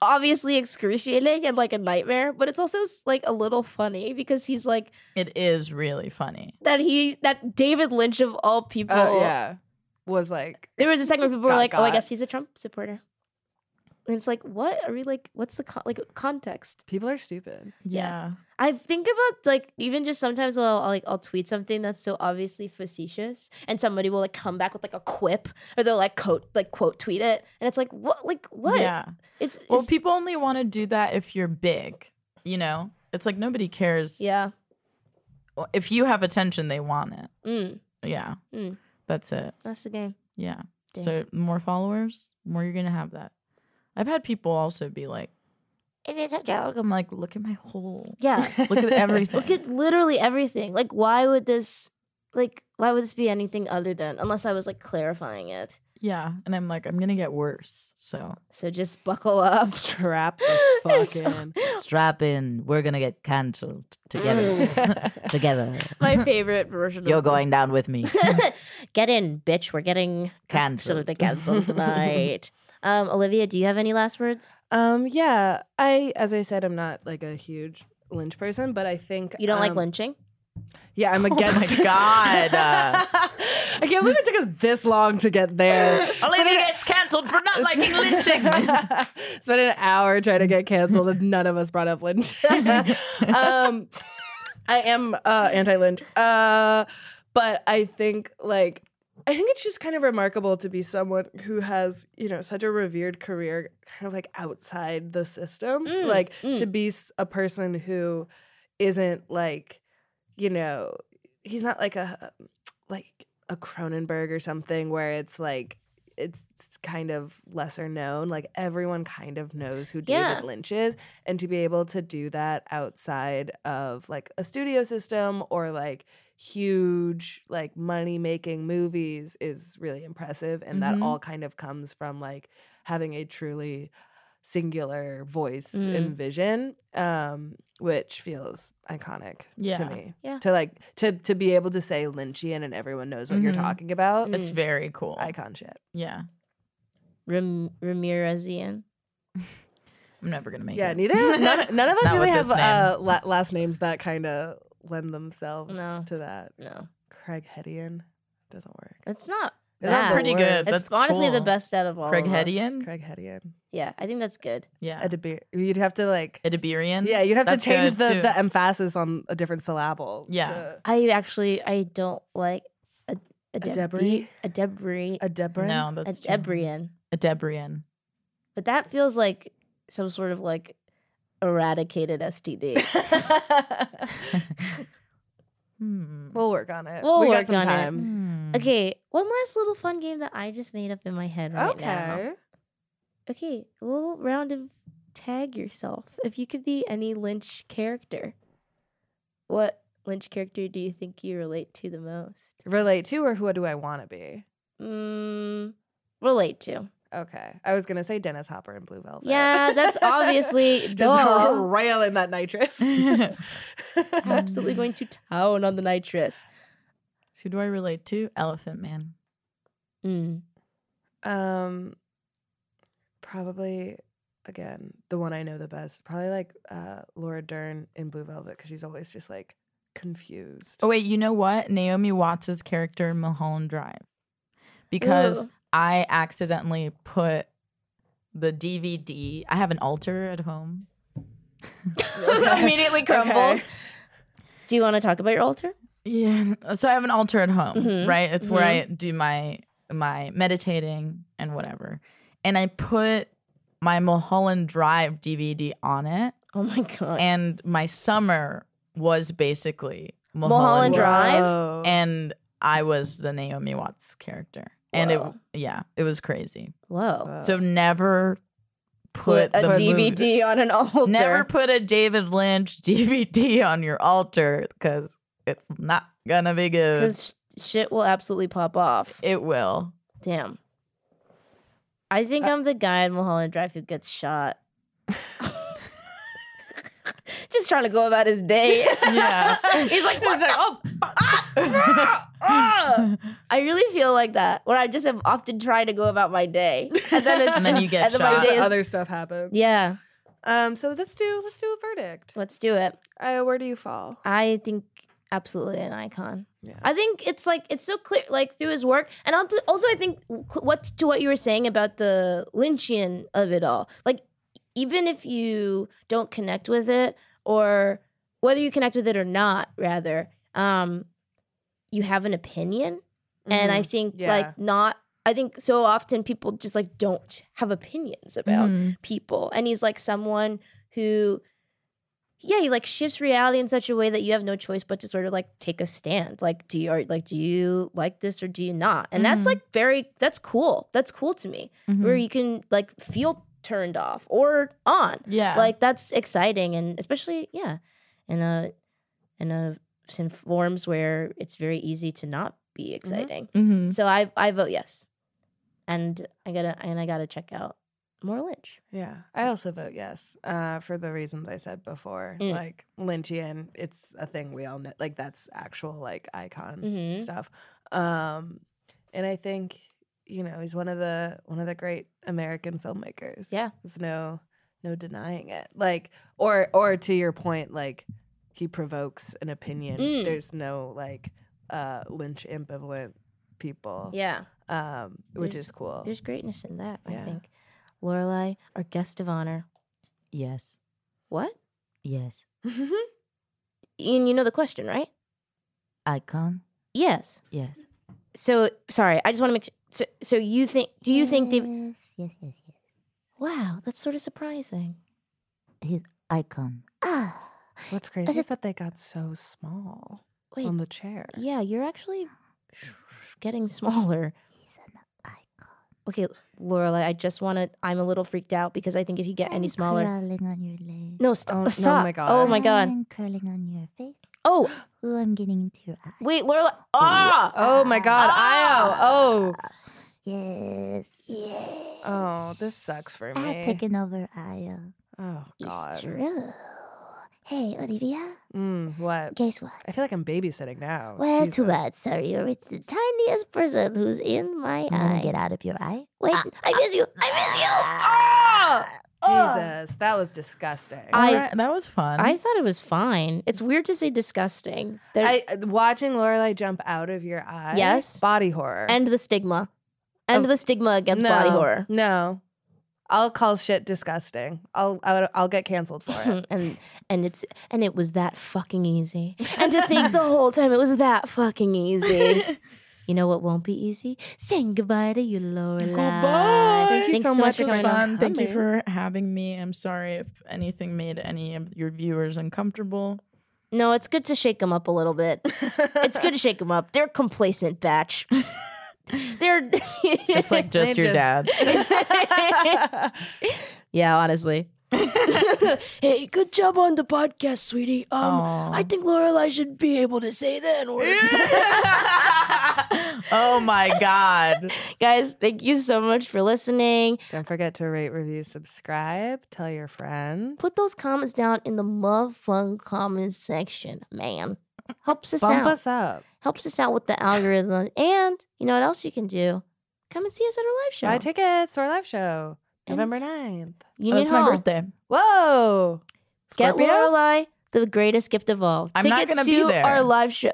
[SPEAKER 5] obviously excruciating and like a nightmare, but it's also like a little funny because he's like
[SPEAKER 4] It is really funny.
[SPEAKER 5] that he that David Lynch of all people.
[SPEAKER 3] Oh, yeah. Was like,
[SPEAKER 5] There was a second where people were
[SPEAKER 3] Got-
[SPEAKER 5] like, "Oh, I
[SPEAKER 3] got.
[SPEAKER 5] guess he's a Trump supporter." And it's like, what are we like? What's the con- like context?
[SPEAKER 3] people are stupid.
[SPEAKER 4] Yeah.
[SPEAKER 5] I think about like even just sometimes I'll, I'll like I'll tweet something that's so obviously facetious, and somebody will like come back with like a quip, or they'll like quote like quote tweet it, and it's like what like what?
[SPEAKER 4] Yeah.
[SPEAKER 5] It's, it's
[SPEAKER 4] Well, people only want to do that if you're big, you know? It's like nobody cares.
[SPEAKER 5] yeah.
[SPEAKER 4] If you have attention, they want it.
[SPEAKER 5] Mm,
[SPEAKER 4] Yeah.
[SPEAKER 5] Mm.
[SPEAKER 4] That's it.
[SPEAKER 5] that's the game.
[SPEAKER 4] Yeah.
[SPEAKER 5] Damn.
[SPEAKER 4] So more followers, more you're gonna have that. I've had people also be like,
[SPEAKER 6] Is it a
[SPEAKER 4] "Look,"
[SPEAKER 6] dog?
[SPEAKER 4] I'm like, look at my whole,
[SPEAKER 5] Yeah,
[SPEAKER 4] look at everything.
[SPEAKER 5] look at literally everything. Like, why would this? Like, why would this be anything other than unless I was like clarifying it?
[SPEAKER 4] yeah, and I'm like, I'm gonna get worse. So
[SPEAKER 5] So just buckle up.
[SPEAKER 3] Trap the fuck
[SPEAKER 5] It's-
[SPEAKER 3] in.
[SPEAKER 4] strap in. We're gonna get canceled together. together.
[SPEAKER 5] My favorite version. of
[SPEAKER 4] down with me.
[SPEAKER 5] Get in, bitch. We're getting
[SPEAKER 4] Cancelled.
[SPEAKER 5] canceled. Canceled tonight. um, Olivia, do you have any last words?
[SPEAKER 3] Um, yeah, I as I said, I'm not like a huge Lynch person, but I think
[SPEAKER 5] Um, You don't like
[SPEAKER 3] um,
[SPEAKER 5] lynching?
[SPEAKER 3] Yeah, I'm
[SPEAKER 4] Oh
[SPEAKER 3] against.
[SPEAKER 4] my god. Uh,
[SPEAKER 3] I can't believe it took us this long to get there.
[SPEAKER 4] Olivia gets canceled for not liking lynching.
[SPEAKER 3] Spent an hour trying to get canceled, and none of us brought up lynch. um, I am uh, anti-lynch, uh, but I think like I think it's just kind of remarkable to be someone who has you know such a revered career, kind of like outside the system, like to be s- a person who isn't like you know he's not like a like a Cronenberg or something where it's like it's kind of lesser known. Like everyone kind of knows who David
[SPEAKER 5] Yeah.
[SPEAKER 3] Lynch is, and to be able to do that outside of like a studio system or like huge like money making movies is really impressive and that
[SPEAKER 4] Mhm.
[SPEAKER 3] all kind of comes from like having a truly singular voice and vision um which feels iconic to
[SPEAKER 4] Yeah.
[SPEAKER 3] me
[SPEAKER 5] Yeah.
[SPEAKER 3] to like to to be able to say lynchian and everyone knows what you're
[SPEAKER 4] Mhm.
[SPEAKER 3] talking about
[SPEAKER 4] It's very cool.
[SPEAKER 3] icon shit
[SPEAKER 4] yeah.
[SPEAKER 5] Ram- Ramirezian.
[SPEAKER 4] I'm never going to make
[SPEAKER 3] yeah
[SPEAKER 4] it.
[SPEAKER 3] neither none, none of us
[SPEAKER 4] Not
[SPEAKER 3] really
[SPEAKER 4] with
[SPEAKER 3] have
[SPEAKER 4] this
[SPEAKER 3] uh la- last names that kind of lend themselves
[SPEAKER 5] No.
[SPEAKER 3] to that
[SPEAKER 5] No,
[SPEAKER 3] craig hedian doesn't work
[SPEAKER 5] it's not.
[SPEAKER 3] It's
[SPEAKER 5] bad.
[SPEAKER 4] That's pretty good.
[SPEAKER 5] It's
[SPEAKER 4] That's
[SPEAKER 5] honestly the
[SPEAKER 4] cool.
[SPEAKER 5] best out of all.
[SPEAKER 4] Craig
[SPEAKER 5] of us.
[SPEAKER 4] Hedian?
[SPEAKER 3] craig hedian
[SPEAKER 5] Yeah, I think that's good.
[SPEAKER 4] Yeah.
[SPEAKER 3] Edibir- you'd have to like
[SPEAKER 4] Ediberian.
[SPEAKER 3] yeah you'd have to
[SPEAKER 4] That's
[SPEAKER 3] change
[SPEAKER 4] good,
[SPEAKER 3] the,
[SPEAKER 4] too.
[SPEAKER 3] the emphasis on a different syllable
[SPEAKER 4] Yeah.
[SPEAKER 5] I actually I don't like a a debris
[SPEAKER 3] debris?
[SPEAKER 5] a debris
[SPEAKER 3] a debrin
[SPEAKER 4] No,
[SPEAKER 5] a
[SPEAKER 4] that's
[SPEAKER 5] debrian.
[SPEAKER 4] Edebrian.
[SPEAKER 5] But that feels like some sort of like eradicated STD.
[SPEAKER 4] Hmm.
[SPEAKER 3] we'll work on it
[SPEAKER 5] We'll
[SPEAKER 3] we
[SPEAKER 5] work
[SPEAKER 3] got some
[SPEAKER 5] on it.
[SPEAKER 4] Mm-hmm.
[SPEAKER 3] time
[SPEAKER 5] okay, one last little fun game that I just made up in my head right
[SPEAKER 3] okay
[SPEAKER 5] now. Okay, a little round of tag yourself. If you could be any Lynch character, what Lynch character do you think you relate to the most?
[SPEAKER 3] relate to or who do i want to be
[SPEAKER 5] Mm, relate to.
[SPEAKER 3] okay i was gonna say dennis hopper in blue velvet
[SPEAKER 5] Yeah, that's obviously
[SPEAKER 3] just
[SPEAKER 5] duh.
[SPEAKER 3] railing that nitrous
[SPEAKER 5] Absolutely going to town on the nitrous.
[SPEAKER 4] Who do I relate to? Elephant Man.
[SPEAKER 5] Mm.
[SPEAKER 3] Um, probably again the one I know the best. Probably like uh, Laura Dern in Blue Velvet because she's always just like confused.
[SPEAKER 4] Oh wait, you know what? Naomi Watts' character in Mulholland Drive. Because
[SPEAKER 5] Ooh.
[SPEAKER 4] I accidentally put the DVD. I have an altar at home.
[SPEAKER 5] Immediately crumbles. Do you want to talk about your altar?
[SPEAKER 4] Yeah. So I have an altar at home,
[SPEAKER 5] Mhm.
[SPEAKER 4] right? It's where I do my my meditating and whatever. And I put my Mulholland Drive DVD on it,
[SPEAKER 5] Oh my god.
[SPEAKER 4] and my summer was basically
[SPEAKER 5] Mulholland
[SPEAKER 4] Mulholland Drive.
[SPEAKER 5] Drive?
[SPEAKER 3] Whoa.
[SPEAKER 4] and I was the Naomi Watts character. And
[SPEAKER 5] Wow.
[SPEAKER 4] it yeah, it was crazy.
[SPEAKER 5] Whoa.
[SPEAKER 4] So never
[SPEAKER 5] Put
[SPEAKER 4] put,
[SPEAKER 5] a
[SPEAKER 4] the
[SPEAKER 5] DVD
[SPEAKER 4] movie-
[SPEAKER 5] on an altar.
[SPEAKER 4] Never put a David Lynch DVD on your altar cuz it's not gonna be good.
[SPEAKER 5] Because shit will absolutely pop off.
[SPEAKER 4] It will.
[SPEAKER 5] Damn. I think I'm the guy in Mulholland Drive who gets shot. Just trying to go about his day.
[SPEAKER 4] Yeah. "Oh,
[SPEAKER 5] He's like, what the- Ah, I really feel like that when I just have often tried to go about my day, and then it's
[SPEAKER 4] And
[SPEAKER 5] just
[SPEAKER 4] then you get
[SPEAKER 5] and then
[SPEAKER 4] shot.
[SPEAKER 5] my
[SPEAKER 3] Lots
[SPEAKER 5] day
[SPEAKER 3] of
[SPEAKER 5] is,
[SPEAKER 3] other stuff happens.
[SPEAKER 5] yeah.
[SPEAKER 3] Um. So let's do let's do a verdict.
[SPEAKER 5] Let's do it.
[SPEAKER 3] Uh, where do you fall?
[SPEAKER 5] I think absolutely an icon.
[SPEAKER 3] Yeah.
[SPEAKER 5] I think it's like it's so clear, like through his work, and also also I think cl- what to what you were saying about the Lynchian of it all. Like even if you don't connect with it, or whether you connect with it or not, rather, um, you have an opinion, and I think
[SPEAKER 3] Mm-hmm. yeah.
[SPEAKER 5] like not. I think so often people just like don't have opinions about
[SPEAKER 4] Mhm.
[SPEAKER 5] people. And he's like someone who, yeah, he like shifts reality in such a way that you have no choice but to sort of like take a stand. Like, do you are like, do you like this or do you not? And that's
[SPEAKER 4] Mhm.
[SPEAKER 5] like very that's cool. That's cool to me.
[SPEAKER 4] Mhm.
[SPEAKER 5] Where you can like feel turned off or on.
[SPEAKER 4] Yeah.
[SPEAKER 5] Like that's exciting and especially, yeah, in a in a in forms where it's very easy to not be exciting.
[SPEAKER 4] Mhm.
[SPEAKER 5] So I I vote yes. And I gotta and I gotta check out more Lynch.
[SPEAKER 3] Yeah, I also vote yes uh, for the reasons I said before.
[SPEAKER 5] Mm.
[SPEAKER 3] Like Lynchian, it's a thing we all know. Like that's actual like icon
[SPEAKER 5] Mhm.
[SPEAKER 3] stuff. Um, and I think you know he's one of the one of the great American filmmakers.
[SPEAKER 5] Yeah.
[SPEAKER 3] there's no no denying it. Like or or to your point, like he provokes an opinion.
[SPEAKER 5] Mm.
[SPEAKER 3] There's no like uh, Lynch ambivalent people.
[SPEAKER 5] Yeah.
[SPEAKER 3] Um, which
[SPEAKER 5] There's-
[SPEAKER 3] is cool.
[SPEAKER 5] There's greatness in that,
[SPEAKER 3] Yeah.
[SPEAKER 5] I think. Lorelai, our guest of honor.
[SPEAKER 7] Yes.
[SPEAKER 5] What?
[SPEAKER 7] Yes.
[SPEAKER 5] Ian, you know the question, right?
[SPEAKER 7] Icon.
[SPEAKER 5] Yes.
[SPEAKER 7] Yes.
[SPEAKER 5] So sorry, I just want to make sure. So, so you think? Do you think they?
[SPEAKER 7] Yes. Yes. Yes. yes.
[SPEAKER 5] Oh. Wow, that's sort of surprising.
[SPEAKER 7] His icon.
[SPEAKER 5] Ah,
[SPEAKER 3] What's crazy is
[SPEAKER 5] just-
[SPEAKER 3] that they got so small
[SPEAKER 5] wait.
[SPEAKER 3] on the chair.
[SPEAKER 5] yeah, you're actually getting smaller. He's an icon. Okay, Lorelai, I just want to. I'm a little freaked out because I think if you get any
[SPEAKER 7] I'm
[SPEAKER 5] smaller,
[SPEAKER 7] Crawling on your leg.
[SPEAKER 5] no, st-
[SPEAKER 3] Oh, no,
[SPEAKER 5] stop.
[SPEAKER 3] my God.
[SPEAKER 5] Oh my god.
[SPEAKER 7] I'm curling on your face.
[SPEAKER 5] Oh
[SPEAKER 7] Ooh, I'm getting into your eye.
[SPEAKER 5] wait, Lorelai. Ah.
[SPEAKER 3] Oh my god. Oh, Io.
[SPEAKER 7] Yes. Yes.
[SPEAKER 3] Oh.
[SPEAKER 5] Ah.
[SPEAKER 3] Oh, this sucks for me.
[SPEAKER 7] I've taken over Io.
[SPEAKER 3] oh
[SPEAKER 7] It's
[SPEAKER 3] god.
[SPEAKER 7] true. Hey, Olivia.
[SPEAKER 3] Mm, what?
[SPEAKER 7] Guess what?
[SPEAKER 3] I feel like I'm babysitting now.
[SPEAKER 7] Well, too
[SPEAKER 3] Jesus.
[SPEAKER 7] bad. Sorry, you're with the tiniest person who's in my I'm eye. Get out of your eye. Ah, Wait,
[SPEAKER 5] I miss you. I miss you.
[SPEAKER 3] Jesus, that was disgusting.
[SPEAKER 5] I-
[SPEAKER 4] Alright, that was fun.
[SPEAKER 5] I thought it was fine. It's weird to say disgusting. There-
[SPEAKER 3] I uh, watching Lorelai jump out of your eye.
[SPEAKER 5] Yes.
[SPEAKER 3] Body horror.
[SPEAKER 5] End the stigma. End
[SPEAKER 3] Oh.
[SPEAKER 5] the stigma against body
[SPEAKER 3] No,
[SPEAKER 5] horror.
[SPEAKER 3] No. I'll call shit disgusting. I'll I'll, I'll get canceled for it.
[SPEAKER 5] and and it's and it was that fucking easy. And to think the whole time it was that fucking easy. You know what won't be easy? Saying goodbye to you, Lorelai.
[SPEAKER 4] Goodbye.
[SPEAKER 3] Thank you
[SPEAKER 5] Thanks
[SPEAKER 3] so much
[SPEAKER 4] This was
[SPEAKER 3] for
[SPEAKER 4] fun. Thank you
[SPEAKER 3] coming.
[SPEAKER 4] for having me. I'm sorry if anything made any of your viewers uncomfortable.
[SPEAKER 5] No, it's good to shake them up a little bit. It's good to shake them up. They're complacent batch. They're.
[SPEAKER 4] It's like just your dad.
[SPEAKER 5] yeah, honestly. hey, good job on the podcast, sweetie. Um,
[SPEAKER 4] Aw.
[SPEAKER 5] I think Lorelai should be able to say the N word.
[SPEAKER 4] oh my god.
[SPEAKER 5] Guys, thank you so much for listening.
[SPEAKER 3] Don't forget to rate, review, subscribe, tell your friends.
[SPEAKER 5] Put those comments down in the motherfucking comments section, man. Helps us out.
[SPEAKER 3] Bump us up.
[SPEAKER 5] Helps us out with the algorithm. and you know what else you can do? Come and see us at our live show.
[SPEAKER 3] Buy tickets to our live show.
[SPEAKER 5] And-
[SPEAKER 3] November 9th.
[SPEAKER 5] Union
[SPEAKER 4] Oh, it's my
[SPEAKER 5] Hall.
[SPEAKER 4] birthday.
[SPEAKER 3] Whoa.
[SPEAKER 5] Get
[SPEAKER 3] Scorpio?
[SPEAKER 5] Lorelai the greatest gift of all.
[SPEAKER 4] I'm not
[SPEAKER 5] Tickets
[SPEAKER 4] gonna
[SPEAKER 5] to
[SPEAKER 4] be there.
[SPEAKER 5] our live show.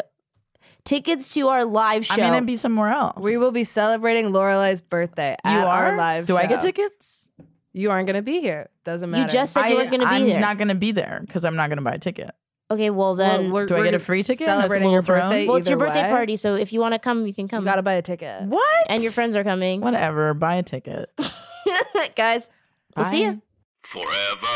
[SPEAKER 5] Tickets to our live show.
[SPEAKER 4] I'm gonna be somewhere else.
[SPEAKER 3] We will be celebrating Lorelai's birthday
[SPEAKER 4] You
[SPEAKER 3] at
[SPEAKER 4] are
[SPEAKER 3] our live
[SPEAKER 4] Do I get
[SPEAKER 3] show.
[SPEAKER 4] tickets?
[SPEAKER 3] You aren't going to be here. Doesn't
[SPEAKER 5] You
[SPEAKER 3] matter.
[SPEAKER 5] just said you
[SPEAKER 4] I-
[SPEAKER 5] weren't going to be
[SPEAKER 4] I'm
[SPEAKER 5] there.
[SPEAKER 4] not gonna be there because I'm not gonna buy a ticket.
[SPEAKER 5] okay, well then.
[SPEAKER 3] Well, we're-
[SPEAKER 4] Do I
[SPEAKER 3] we're
[SPEAKER 4] get a free ticket? That's
[SPEAKER 3] Celebrating your
[SPEAKER 4] Little Throne?
[SPEAKER 3] birthday.
[SPEAKER 5] well, it's your
[SPEAKER 3] either
[SPEAKER 5] birthday
[SPEAKER 3] way.
[SPEAKER 5] party, so if you want to come, you can
[SPEAKER 3] You
[SPEAKER 5] come.
[SPEAKER 3] got to buy a ticket.
[SPEAKER 4] What?
[SPEAKER 5] and your friends are coming.
[SPEAKER 4] Whatever. Buy a ticket.
[SPEAKER 5] Guys, we'll see
[SPEAKER 4] Bye.
[SPEAKER 5] you.
[SPEAKER 1] Forever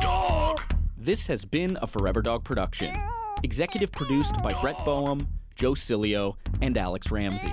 [SPEAKER 1] Dog.
[SPEAKER 8] This has been a Forever Dog production. Executive produced by Brett Boehm, Joe Cilio, and Alex Ramsey.